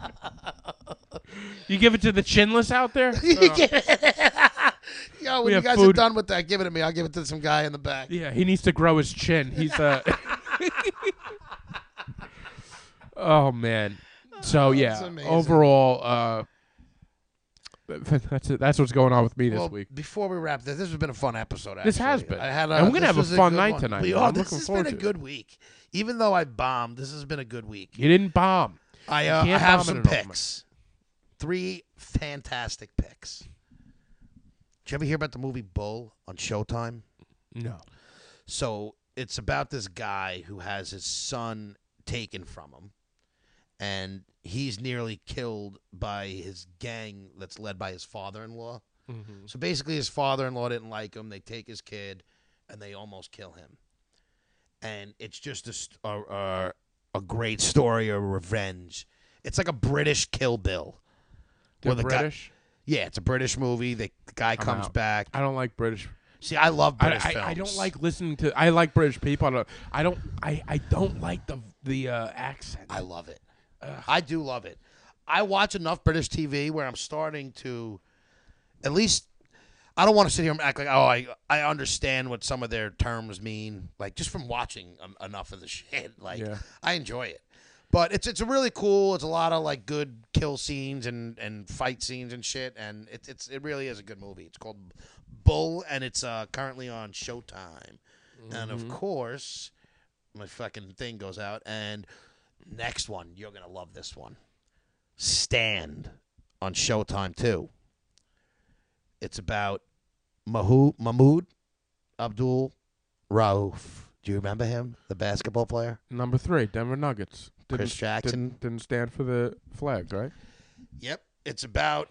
[SPEAKER 2] *laughs* you give it to the chinless out there.
[SPEAKER 3] *laughs* Yo,
[SPEAKER 2] Uh, We
[SPEAKER 3] when you
[SPEAKER 2] have
[SPEAKER 3] guys are
[SPEAKER 2] food.
[SPEAKER 3] done with that, give it to me. I'll give it to some guy in the back.
[SPEAKER 2] Yeah, he needs to grow his chin. He's uh *laughs* Oh man. So
[SPEAKER 3] Oh, that's
[SPEAKER 2] yeah,
[SPEAKER 3] amazing.
[SPEAKER 2] overall uh *laughs* that's it. that's what's going on with me this
[SPEAKER 3] Well,
[SPEAKER 2] week.
[SPEAKER 3] before we wrap this, this has been a fun episode. Actually.
[SPEAKER 2] This has been.
[SPEAKER 3] I had a,
[SPEAKER 2] And we're gonna have
[SPEAKER 3] this
[SPEAKER 2] a
[SPEAKER 3] was
[SPEAKER 2] fun
[SPEAKER 3] good
[SPEAKER 2] night
[SPEAKER 3] one.
[SPEAKER 2] tonight.
[SPEAKER 3] We
[SPEAKER 2] I'm
[SPEAKER 3] are. This
[SPEAKER 2] looking
[SPEAKER 3] has
[SPEAKER 2] forward
[SPEAKER 3] been a
[SPEAKER 2] to it.
[SPEAKER 3] good week. Even though I bombed, this has been a good week.
[SPEAKER 2] You didn't bomb.
[SPEAKER 3] I, uh, I
[SPEAKER 2] can't
[SPEAKER 3] have
[SPEAKER 2] bomb it
[SPEAKER 3] some
[SPEAKER 2] at all, man.
[SPEAKER 3] picks. Three fantastic picks. Did you ever hear about the movie Bull on Showtime?
[SPEAKER 2] No.
[SPEAKER 3] So it's about this guy who has his son taken from him, and he's nearly killed by his gang that's led by his father-in-law. So basically, his father-in-law didn't like him. They take his kid, and they almost kill him. And it's just a st- a, a, a great story of revenge. It's like a British Kill Bill.
[SPEAKER 2] They're
[SPEAKER 3] Well, the guy-
[SPEAKER 2] British.
[SPEAKER 3] Yeah, it's a British movie. The the guy comes
[SPEAKER 2] out.
[SPEAKER 3] back.
[SPEAKER 2] I don't like British.
[SPEAKER 3] See, I love
[SPEAKER 2] I,
[SPEAKER 3] British films.
[SPEAKER 2] I, I don't like listening to. I like British people. I don't. I don't. I, I don't like the the uh, accent.
[SPEAKER 3] I love it. I do love it. I watch enough British TV where I'm starting to, at least, I don't want to sit here and act like oh I I understand what some of their terms mean like just from watching um, enough of the *laughs* shit like
[SPEAKER 2] Yeah.
[SPEAKER 3] I enjoy it, but it's it's really cool. It's a lot of like good kill scenes and and fight scenes and shit, and it, it's it really is a good movie. It's called Bull, and it's uh, currently on Showtime, and of course my fucking thing goes out. And next one, you're gonna love this one. Stand on Showtime too. It's about Mahou, Mahmoud Abdul Rauf. Do you remember him, the basketball player?
[SPEAKER 2] Number three, Denver Nuggets.
[SPEAKER 3] Chris Jackson.
[SPEAKER 2] Didn't, didn't stand for the flags, right?
[SPEAKER 3] Yep. It's about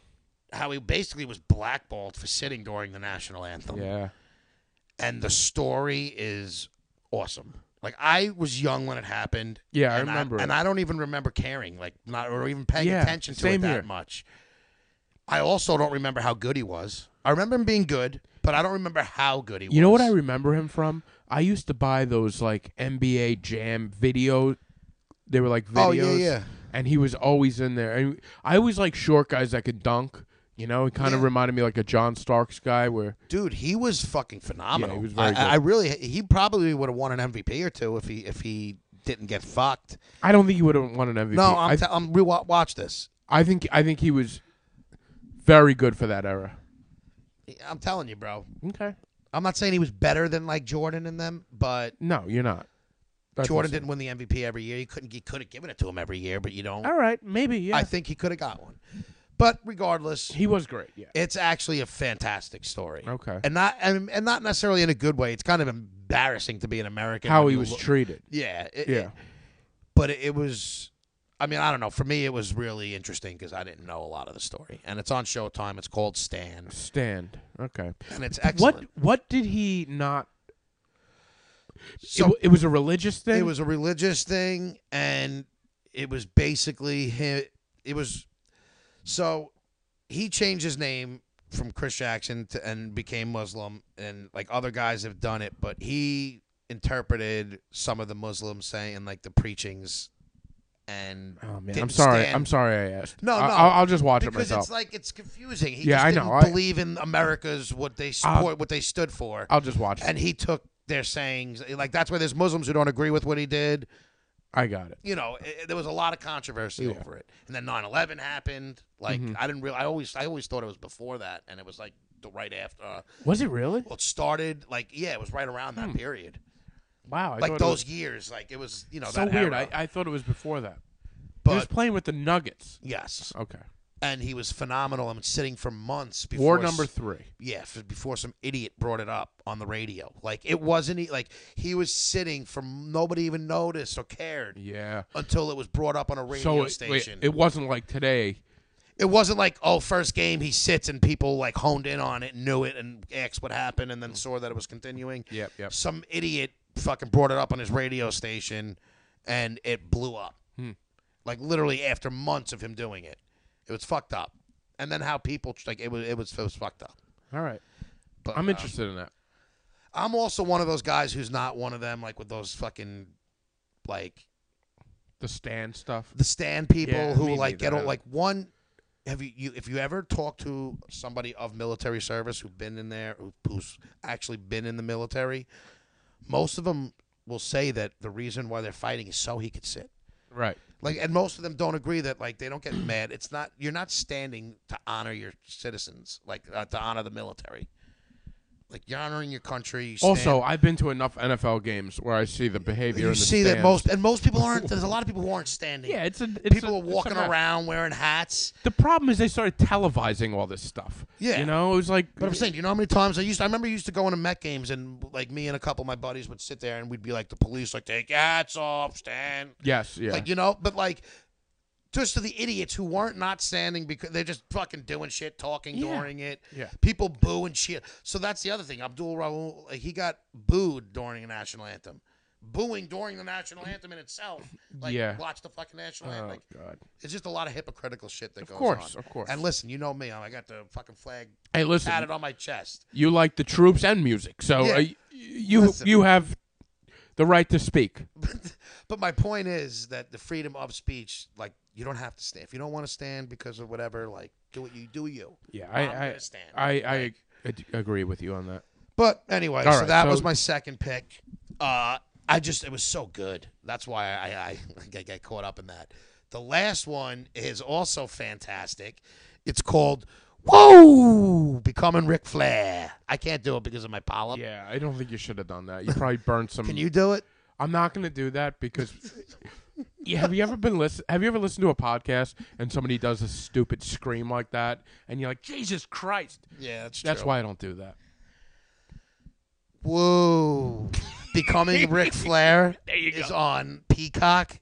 [SPEAKER 3] how he basically was blackballed for sitting during the national anthem.
[SPEAKER 2] Yeah.
[SPEAKER 3] And the story is awesome. Like I was young when it happened.
[SPEAKER 2] Yeah, I
[SPEAKER 3] and
[SPEAKER 2] remember it.
[SPEAKER 3] and I don't even remember caring, like not or even paying
[SPEAKER 2] Yeah,
[SPEAKER 3] attention to it
[SPEAKER 2] same
[SPEAKER 3] that
[SPEAKER 2] here.
[SPEAKER 3] much. I also don't remember how good he was. I remember him being good, but I don't remember how good he was.
[SPEAKER 2] You know what I remember him from? I used to buy those like NBA Jam video. They were like videos.
[SPEAKER 3] Oh, yeah, yeah.
[SPEAKER 2] And he was always in there. And I always like short guys that could dunk. You know, he kind of
[SPEAKER 3] Yeah.
[SPEAKER 2] reminded me like a John Starks guy where
[SPEAKER 3] dude, he was fucking phenomenal.
[SPEAKER 2] Yeah, he was very
[SPEAKER 3] I,
[SPEAKER 2] good.
[SPEAKER 3] I really, he probably would have won an MVP or two if he if he didn't get fucked.
[SPEAKER 2] I don't think he would have won an MVP.
[SPEAKER 3] No, I'm
[SPEAKER 2] I,
[SPEAKER 3] t- I'm re- watch this.
[SPEAKER 2] I think I think he was very good for that era.
[SPEAKER 3] I'm telling you, bro.
[SPEAKER 2] Okay.
[SPEAKER 3] I'm not saying he was better than like Jordan and them, but
[SPEAKER 2] No, you're not. That's
[SPEAKER 3] Jordan
[SPEAKER 2] insane.
[SPEAKER 3] didn't win the MVP every year. He couldn't. He could have given it to him every year, but you don't.
[SPEAKER 2] All right, maybe yeah.
[SPEAKER 3] I think he could have got one. But regardless,
[SPEAKER 2] he was great. Yeah.
[SPEAKER 3] it's actually a fantastic story.
[SPEAKER 2] Okay.
[SPEAKER 3] And not and, and not necessarily in a good way. It's kind of embarrassing to be an American.
[SPEAKER 2] How
[SPEAKER 3] when
[SPEAKER 2] he
[SPEAKER 3] you
[SPEAKER 2] was
[SPEAKER 3] look-
[SPEAKER 2] treated.
[SPEAKER 3] yeah. it-
[SPEAKER 2] Yeah.
[SPEAKER 3] it- but it, it was. I mean, I don't know. For me, it was really interesting because I didn't know a lot of the story, and it's on Showtime. It's called Stand,
[SPEAKER 2] Stand. Okay.
[SPEAKER 3] and it's excellent.
[SPEAKER 2] What what did he not
[SPEAKER 3] So-
[SPEAKER 2] it, wa- it was a religious thing.
[SPEAKER 3] It was a religious thing, and it was basically him. It was so he changed his name from Chris Jackson to, and became Muslim, and like other guys have done it, but he interpreted some of the Muslims saying like the preachings, and
[SPEAKER 2] Oh man, I'm
[SPEAKER 3] didn't
[SPEAKER 2] sorry.
[SPEAKER 3] stand-
[SPEAKER 2] I'm sorry. I asked.
[SPEAKER 3] No,
[SPEAKER 2] I-
[SPEAKER 3] no.
[SPEAKER 2] I'll, I'll just watch it
[SPEAKER 3] because
[SPEAKER 2] myself.
[SPEAKER 3] it's like it's confusing. He
[SPEAKER 2] Yeah,
[SPEAKER 3] just
[SPEAKER 2] I
[SPEAKER 3] didn't
[SPEAKER 2] know. I- Uh,
[SPEAKER 3] believe in America's what they
[SPEAKER 2] I'll-
[SPEAKER 3] support, what they stood for,
[SPEAKER 2] I'll just watch it.
[SPEAKER 3] and he took their sayings. Like that's why there's Muslims who don't agree with what he did.
[SPEAKER 2] I got it.
[SPEAKER 3] you know, i there was a lot of controversy
[SPEAKER 2] Yeah. Mm-hmm.
[SPEAKER 3] over it. And then 9/11 happened. Like I didn't really I always I always thought it was before that and it was like the right after uh,
[SPEAKER 2] Was it really?
[SPEAKER 3] well it started like yeah, it was right around that period.
[SPEAKER 2] Wow. Hmm. I
[SPEAKER 3] Like
[SPEAKER 2] thought
[SPEAKER 3] those years like it was, you
[SPEAKER 2] It
[SPEAKER 3] know,
[SPEAKER 2] was so
[SPEAKER 3] that
[SPEAKER 2] weird. I,
[SPEAKER 3] era.
[SPEAKER 2] I thought it was before that. he was
[SPEAKER 3] but
[SPEAKER 2] playing with the Nuggets.
[SPEAKER 3] yes.
[SPEAKER 2] Okay.
[SPEAKER 3] And he was phenomenal and sitting for months before
[SPEAKER 2] War
[SPEAKER 3] s-
[SPEAKER 2] number three.
[SPEAKER 3] yeah, f- before some idiot brought it up on the radio. Like it wasn't e- like he was sitting for nobody even noticed or cared
[SPEAKER 2] Yeah.
[SPEAKER 3] until it was brought up on a radio
[SPEAKER 2] So it, wait,
[SPEAKER 3] station.
[SPEAKER 2] it wasn't like today.
[SPEAKER 3] it wasn't like oh first game he sits and people like honed in on it knew it and asked what happened and then saw that it was continuing
[SPEAKER 2] Mm. Yep, yep.
[SPEAKER 3] some idiot fucking brought it up on his radio station and it blew up
[SPEAKER 2] Hmm.
[SPEAKER 3] like literally after months of him doing it it was fucked up and then how people like it was it was, it was fucked up
[SPEAKER 2] All right.
[SPEAKER 3] but
[SPEAKER 2] I'm
[SPEAKER 3] uh,
[SPEAKER 2] interested in that.
[SPEAKER 3] i'm also one of those guys who's not one of them like with those fucking like
[SPEAKER 2] The stand stuff.
[SPEAKER 3] the stand people
[SPEAKER 2] Yeah,
[SPEAKER 3] who
[SPEAKER 2] me
[SPEAKER 3] like get
[SPEAKER 2] neither.
[SPEAKER 3] all, like one have you, you if you ever talk to somebody of military service who've been in there who, who's actually been in the military most of them will say that the reason why they're fighting is so he could sit
[SPEAKER 2] Right.
[SPEAKER 3] like and most of them don't agree that like they don't
[SPEAKER 2] *clears throat*
[SPEAKER 3] get mad it's not you're not standing to honor your citizens like uh, to honor the military like you're honoring your country you stand-
[SPEAKER 2] Also, I've been to enough NFL games where I see the behavior.
[SPEAKER 3] you
[SPEAKER 2] in the
[SPEAKER 3] see that
[SPEAKER 2] stands.
[SPEAKER 3] most and most people aren't there's a lot of people who aren't standing
[SPEAKER 2] Yeah, it's a it's
[SPEAKER 3] people
[SPEAKER 2] a-
[SPEAKER 3] are
[SPEAKER 2] it's a
[SPEAKER 3] walking
[SPEAKER 2] mess.
[SPEAKER 3] around wearing hats
[SPEAKER 2] The problem is they started televising all this stuff.
[SPEAKER 3] Yeah.
[SPEAKER 2] you know, it was like
[SPEAKER 3] But I'm saying, you know how many times I used to, I remember used to go into Met games and like me and a couple of my buddies would sit there and we'd be like the police, like, take your hats off, stand.
[SPEAKER 2] yes, yeah,
[SPEAKER 3] Like, you know, but like just to the idiots who weren't not standing because they're just fucking doing shit, talking
[SPEAKER 2] Yeah.
[SPEAKER 3] during it.
[SPEAKER 2] Yeah.
[SPEAKER 3] People boo and shit. So that's the other thing. Abdul Raul, like, he got booed during the national anthem. Booing during the national anthem in itself. Like,
[SPEAKER 2] Yeah.
[SPEAKER 3] watch the fucking national anthem.
[SPEAKER 2] oh
[SPEAKER 3] Like,
[SPEAKER 2] god.
[SPEAKER 3] it's just a lot of hypocritical shit that goes
[SPEAKER 2] course,
[SPEAKER 3] on.
[SPEAKER 2] of course.
[SPEAKER 3] And listen, you know me. I got the fucking flag
[SPEAKER 2] Hey, listen,
[SPEAKER 3] tatted on my chest. *laughs*
[SPEAKER 2] you like the troops and music, so
[SPEAKER 3] Yeah.
[SPEAKER 2] uh, y- you
[SPEAKER 3] Listen.
[SPEAKER 2] you have the right to speak.
[SPEAKER 3] But my point is that the freedom of speech, like you don't have to stand. If you don't want to stand because of whatever, like do what you do you.
[SPEAKER 2] Yeah,
[SPEAKER 3] I'm
[SPEAKER 2] I I
[SPEAKER 3] gonna stand.
[SPEAKER 2] I, I, ad- agree with you on that.
[SPEAKER 3] But anyway,
[SPEAKER 2] All
[SPEAKER 3] so
[SPEAKER 2] right,
[SPEAKER 3] that
[SPEAKER 2] so-
[SPEAKER 3] was my second pick. Uh, I just it was so good. That's why I I, *laughs* I got caught up in that. The last one is also fantastic. It's called Whoa, becoming Ric Flair. I can't do it because of my polyp.
[SPEAKER 2] Yeah, I don't think you should have done that. You probably burned some.
[SPEAKER 3] Can you do it?
[SPEAKER 2] I'm not going to do that because Yeah, have you ever been listen? Have you ever listened to a podcast and somebody does a stupid scream like that, and you're like, Jesus Christ?
[SPEAKER 3] Yeah, that's
[SPEAKER 2] That's
[SPEAKER 3] true.
[SPEAKER 2] why I don't do that.
[SPEAKER 3] Whoa.
[SPEAKER 2] *laughs*
[SPEAKER 3] Becoming Ric Flair
[SPEAKER 2] There you
[SPEAKER 3] is
[SPEAKER 2] go.
[SPEAKER 3] on Peacock,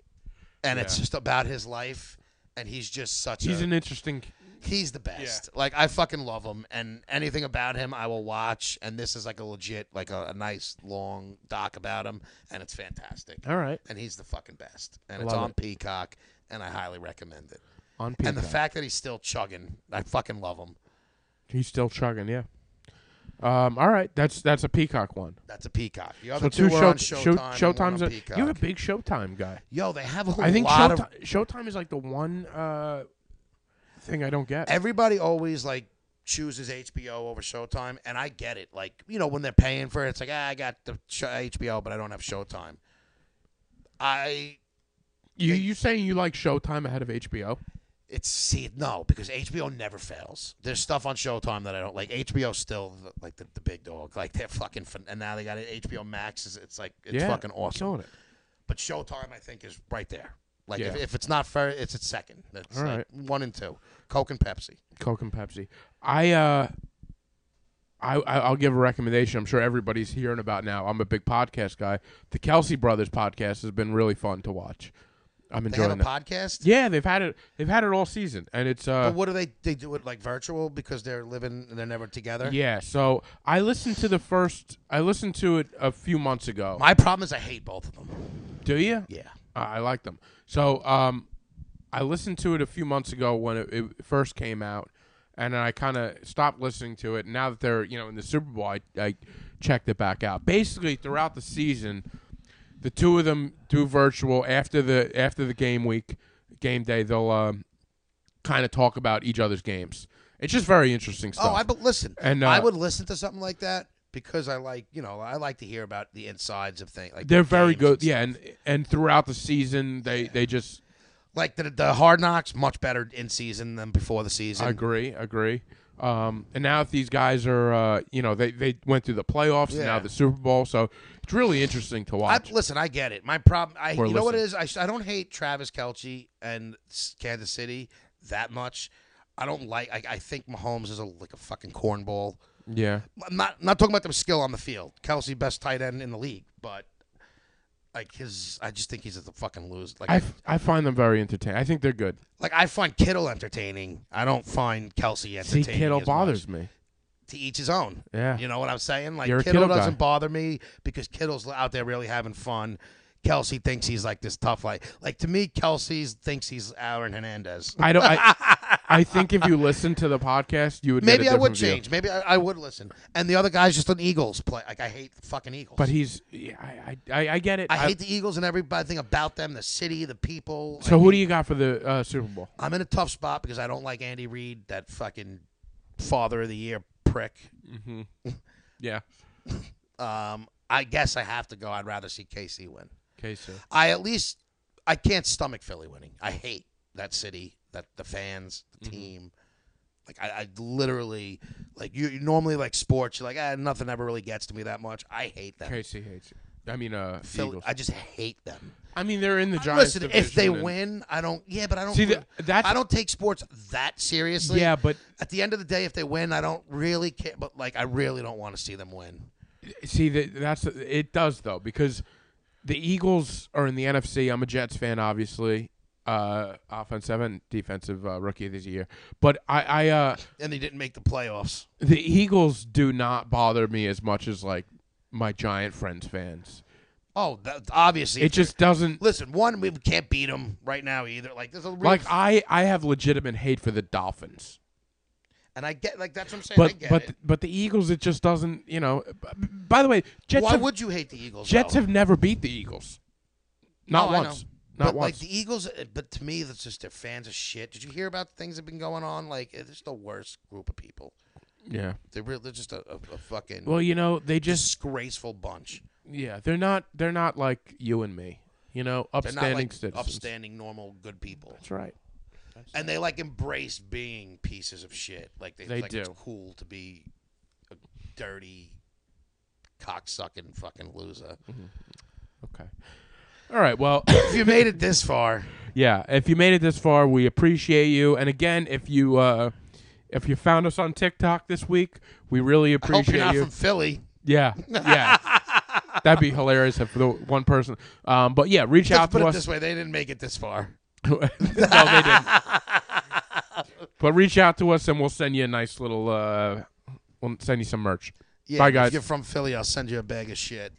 [SPEAKER 3] and it's
[SPEAKER 2] Yeah.
[SPEAKER 3] just about his life, and he's just such
[SPEAKER 2] He's
[SPEAKER 3] a
[SPEAKER 2] an interesting.
[SPEAKER 3] he's the best. Like I fucking love him, and anything about him I will watch. And this is like a legit, like a, a nice long doc about him, and it's fantastic.
[SPEAKER 2] All right,
[SPEAKER 3] And he's the fucking best, and
[SPEAKER 2] I
[SPEAKER 3] it's
[SPEAKER 2] love
[SPEAKER 3] on
[SPEAKER 2] it.
[SPEAKER 3] Peacock, and I highly recommend it.
[SPEAKER 2] on Peacock.
[SPEAKER 3] And the fact that he's still chugging, I fucking love him.
[SPEAKER 2] he's still chugging. Yeah. Um. All right. That's that's a Peacock one.
[SPEAKER 3] That's a Peacock. The
[SPEAKER 2] So
[SPEAKER 3] other two,
[SPEAKER 2] two,
[SPEAKER 3] are
[SPEAKER 2] show,
[SPEAKER 3] on Showtime. and
[SPEAKER 2] show,
[SPEAKER 3] one on
[SPEAKER 2] Showtime's. A,
[SPEAKER 3] Peacock.
[SPEAKER 2] you're a big Showtime guy.
[SPEAKER 3] Yo, they have a whole
[SPEAKER 2] I think
[SPEAKER 3] lot of
[SPEAKER 2] Showtime, Showtime is like the one uh thing I don't get.
[SPEAKER 3] everybody always like chooses HBO over Showtime, and I get it. Like you know when they're paying for it, it's like ah, I got the sh- HBO, but I don't have Showtime. I
[SPEAKER 2] you you saying you like Showtime ahead of HBO?
[SPEAKER 3] it's see no because HBO never fails. There's stuff on Showtime that I don't like. HBO's still the, like the, the big dog. *laughs* Like they're fucking fin- and now they got it. HBO Max is it's like it's
[SPEAKER 2] yeah,
[SPEAKER 3] fucking awesome.
[SPEAKER 2] Killing it.
[SPEAKER 3] But Showtime I think is right there. Like if,
[SPEAKER 2] Yeah.
[SPEAKER 3] if it's not fair, it's its second. That's
[SPEAKER 2] All
[SPEAKER 3] like one and two. Coke and Pepsi.
[SPEAKER 2] Coke and Pepsi. I uh, I I- I'll give a recommendation. I'm sure everybody's hearing about now. I'm a big podcast guy. The Kelsey Brothers podcast has been really fun to watch. I'm
[SPEAKER 3] They have a
[SPEAKER 2] enjoying that.
[SPEAKER 3] podcast.
[SPEAKER 2] Yeah, they've had it. They've had it all season, and it's uh,
[SPEAKER 3] But what do they? They do it like virtual because they're living and they're never together.
[SPEAKER 2] yeah. So I listened to the first. I listened to it a few months ago.
[SPEAKER 3] My problem is I hate both of them.
[SPEAKER 2] Do you?
[SPEAKER 3] Yeah.
[SPEAKER 2] I I like them. So um, I listened to it a few months ago when it, it first came out, and then I kind of stopped listening to it. Now that they're you know in the Super Bowl, I, I checked it back out. Basically, throughout the season, the two of them do virtual after the after the game week, game day. They'll um, kind of talk about each other's games. It's just very interesting stuff.
[SPEAKER 3] Oh, I but listen,
[SPEAKER 2] And, uh,
[SPEAKER 3] I would listen to something like that because I like you know I like to hear about the insides of things. Like
[SPEAKER 2] they're
[SPEAKER 3] the
[SPEAKER 2] very
[SPEAKER 3] games
[SPEAKER 2] good,
[SPEAKER 3] and stuff.
[SPEAKER 2] yeah, and and throughout the season, they they just
[SPEAKER 3] Like the the hard knocks much better in season than before the season.
[SPEAKER 2] I agree, agree. Um, and now if these guys are, uh, you know, they, they went through the playoffs and
[SPEAKER 3] Yeah.
[SPEAKER 2] now the Super Bowl, so it's really interesting to
[SPEAKER 3] I,
[SPEAKER 2] watch.
[SPEAKER 3] listen, I get it. My problem, I you
[SPEAKER 2] Or
[SPEAKER 3] know what it is.
[SPEAKER 2] listen.
[SPEAKER 3] I, s- I don't hate Travis Kelce and s- Kansas City that much. I don't like. I, I think Mahomes is a like a fucking cornball.
[SPEAKER 2] yeah,
[SPEAKER 3] I'm not not talking about the skill on the field. Kelsey, best tight end in the league, but like his, I just think he's a fucking loser. Like
[SPEAKER 2] I, f- I find them very entertaining. I think they're good.
[SPEAKER 3] like I find Kittle entertaining. I don't find Kelsey
[SPEAKER 2] See,
[SPEAKER 3] entertaining.
[SPEAKER 2] Kittle
[SPEAKER 3] as
[SPEAKER 2] bothers
[SPEAKER 3] much.
[SPEAKER 2] me.
[SPEAKER 3] To each his own.
[SPEAKER 2] Yeah.
[SPEAKER 3] you know what I'm saying. Like
[SPEAKER 2] You're a
[SPEAKER 3] Kittle,
[SPEAKER 2] Kittle guy.
[SPEAKER 3] doesn't bother me because Kittle's out there really having fun. Kelsey thinks he's like this tough, like like to me, Kelsey thinks he's Aaron Hernandez.
[SPEAKER 2] I don't.
[SPEAKER 3] *laughs*
[SPEAKER 2] I, I think if you listen to the podcast, you would get a
[SPEAKER 3] Maybe I would
[SPEAKER 2] different view.
[SPEAKER 3] change. Maybe I, I would listen. And the other guy's just an Eagles play. Like I hate the fucking Eagles.
[SPEAKER 2] But he's, yeah, I, I, I- I get it.
[SPEAKER 3] I,
[SPEAKER 2] I-
[SPEAKER 3] hate the Eagles and everything about them, the city, the people.
[SPEAKER 2] so
[SPEAKER 3] Like,
[SPEAKER 2] who do you got for the uh, Super Bowl?
[SPEAKER 3] I'm in a tough spot because I don't like Andy Reid, that fucking father of the year prick.
[SPEAKER 2] Yeah,
[SPEAKER 3] Um, I guess I have to go. I'd rather see KC win.
[SPEAKER 2] okay, so
[SPEAKER 3] I at least I can't stomach Philly winning. I hate that city, that the fans, the
[SPEAKER 2] Mm-hmm.
[SPEAKER 3] team. Like I, I literally like you, you normally like sports. You're like ah, nothing ever really gets to me that much. I hate them.
[SPEAKER 2] Casey hates. it. I mean, uh,
[SPEAKER 3] Philly,
[SPEAKER 2] Eagles.
[SPEAKER 3] I just hate them.
[SPEAKER 2] I mean, they're in the Giants.
[SPEAKER 3] Listen, if they
[SPEAKER 2] division and-
[SPEAKER 3] win, I don't. Yeah, but I don't.
[SPEAKER 2] See, the- that's-
[SPEAKER 3] I don't take sports that seriously.
[SPEAKER 2] yeah, but
[SPEAKER 3] At the end of the day, if they win, I don't really care. But like, I really don't want to see them win.
[SPEAKER 2] See that that's it does though because the Eagles are in the NFC. I'm a Jets fan, obviously. Uh, offensive and defensive uh, rookie of the year, but I, I uh,
[SPEAKER 3] And they didn't make the playoffs.
[SPEAKER 2] the Eagles do not bother me as much as like my Giant friends fans.
[SPEAKER 3] Oh, that, obviously.
[SPEAKER 2] It just doesn't
[SPEAKER 3] listen. One, we can't beat them right now either. Like, there's a real,
[SPEAKER 2] like I I have legitimate hate for the Dolphins,
[SPEAKER 3] and I get like that's what I'm saying. I
[SPEAKER 2] but
[SPEAKER 3] get
[SPEAKER 2] but
[SPEAKER 3] it.
[SPEAKER 2] but the Eagles it just doesn't you know. b- b- By the way, Jets
[SPEAKER 3] why
[SPEAKER 2] have,
[SPEAKER 3] would you hate the Eagles?
[SPEAKER 2] Jets
[SPEAKER 3] though?
[SPEAKER 2] have never beat the Eagles, not
[SPEAKER 3] Oh, I know.
[SPEAKER 2] once, not
[SPEAKER 3] but
[SPEAKER 2] once.
[SPEAKER 3] like the Eagles. uh, But to me, that's just their fans are shit. Did you hear about the things that have been going on? Like, it's just the worst group of people.
[SPEAKER 2] yeah.
[SPEAKER 3] They're real. They're just a, a, a fucking
[SPEAKER 2] Well, you know they just
[SPEAKER 3] disgraceful bunch.
[SPEAKER 2] Yeah, they're not. They're not like you and me. You know,
[SPEAKER 3] They're
[SPEAKER 2] upstanding
[SPEAKER 3] not like
[SPEAKER 2] citizens.
[SPEAKER 3] upstanding, normal, good people.
[SPEAKER 2] That's right.
[SPEAKER 3] and they like embrace being pieces of shit. Like they,
[SPEAKER 2] They
[SPEAKER 3] like It's
[SPEAKER 2] do.
[SPEAKER 3] cool to be a dirty, cocksucking fucking loser.
[SPEAKER 2] Okay. All right. Well, *coughs*
[SPEAKER 3] If you made it this far,
[SPEAKER 2] yeah. If you made it this far, we appreciate you. And again, if you uh, if you found us on TikTok this week, we really
[SPEAKER 3] hope you're
[SPEAKER 2] appreciate
[SPEAKER 3] not
[SPEAKER 2] you.
[SPEAKER 3] from Philly.
[SPEAKER 2] yeah.
[SPEAKER 3] *laughs*
[SPEAKER 2] Yeah. That'd be hilarious if the one person. Um, but yeah, reach
[SPEAKER 3] Let's
[SPEAKER 2] out
[SPEAKER 3] put
[SPEAKER 2] to
[SPEAKER 3] it
[SPEAKER 2] us.
[SPEAKER 3] this way: they didn't make it this far.
[SPEAKER 2] no, they
[SPEAKER 3] *laughs*
[SPEAKER 2] didn't. but reach out to us, and we'll send you a nice little. Uh, we'll send you some merch.
[SPEAKER 3] Yeah,
[SPEAKER 2] Bye,
[SPEAKER 3] if
[SPEAKER 2] guys.
[SPEAKER 3] you're from Philly, I'll send you a bag of shit.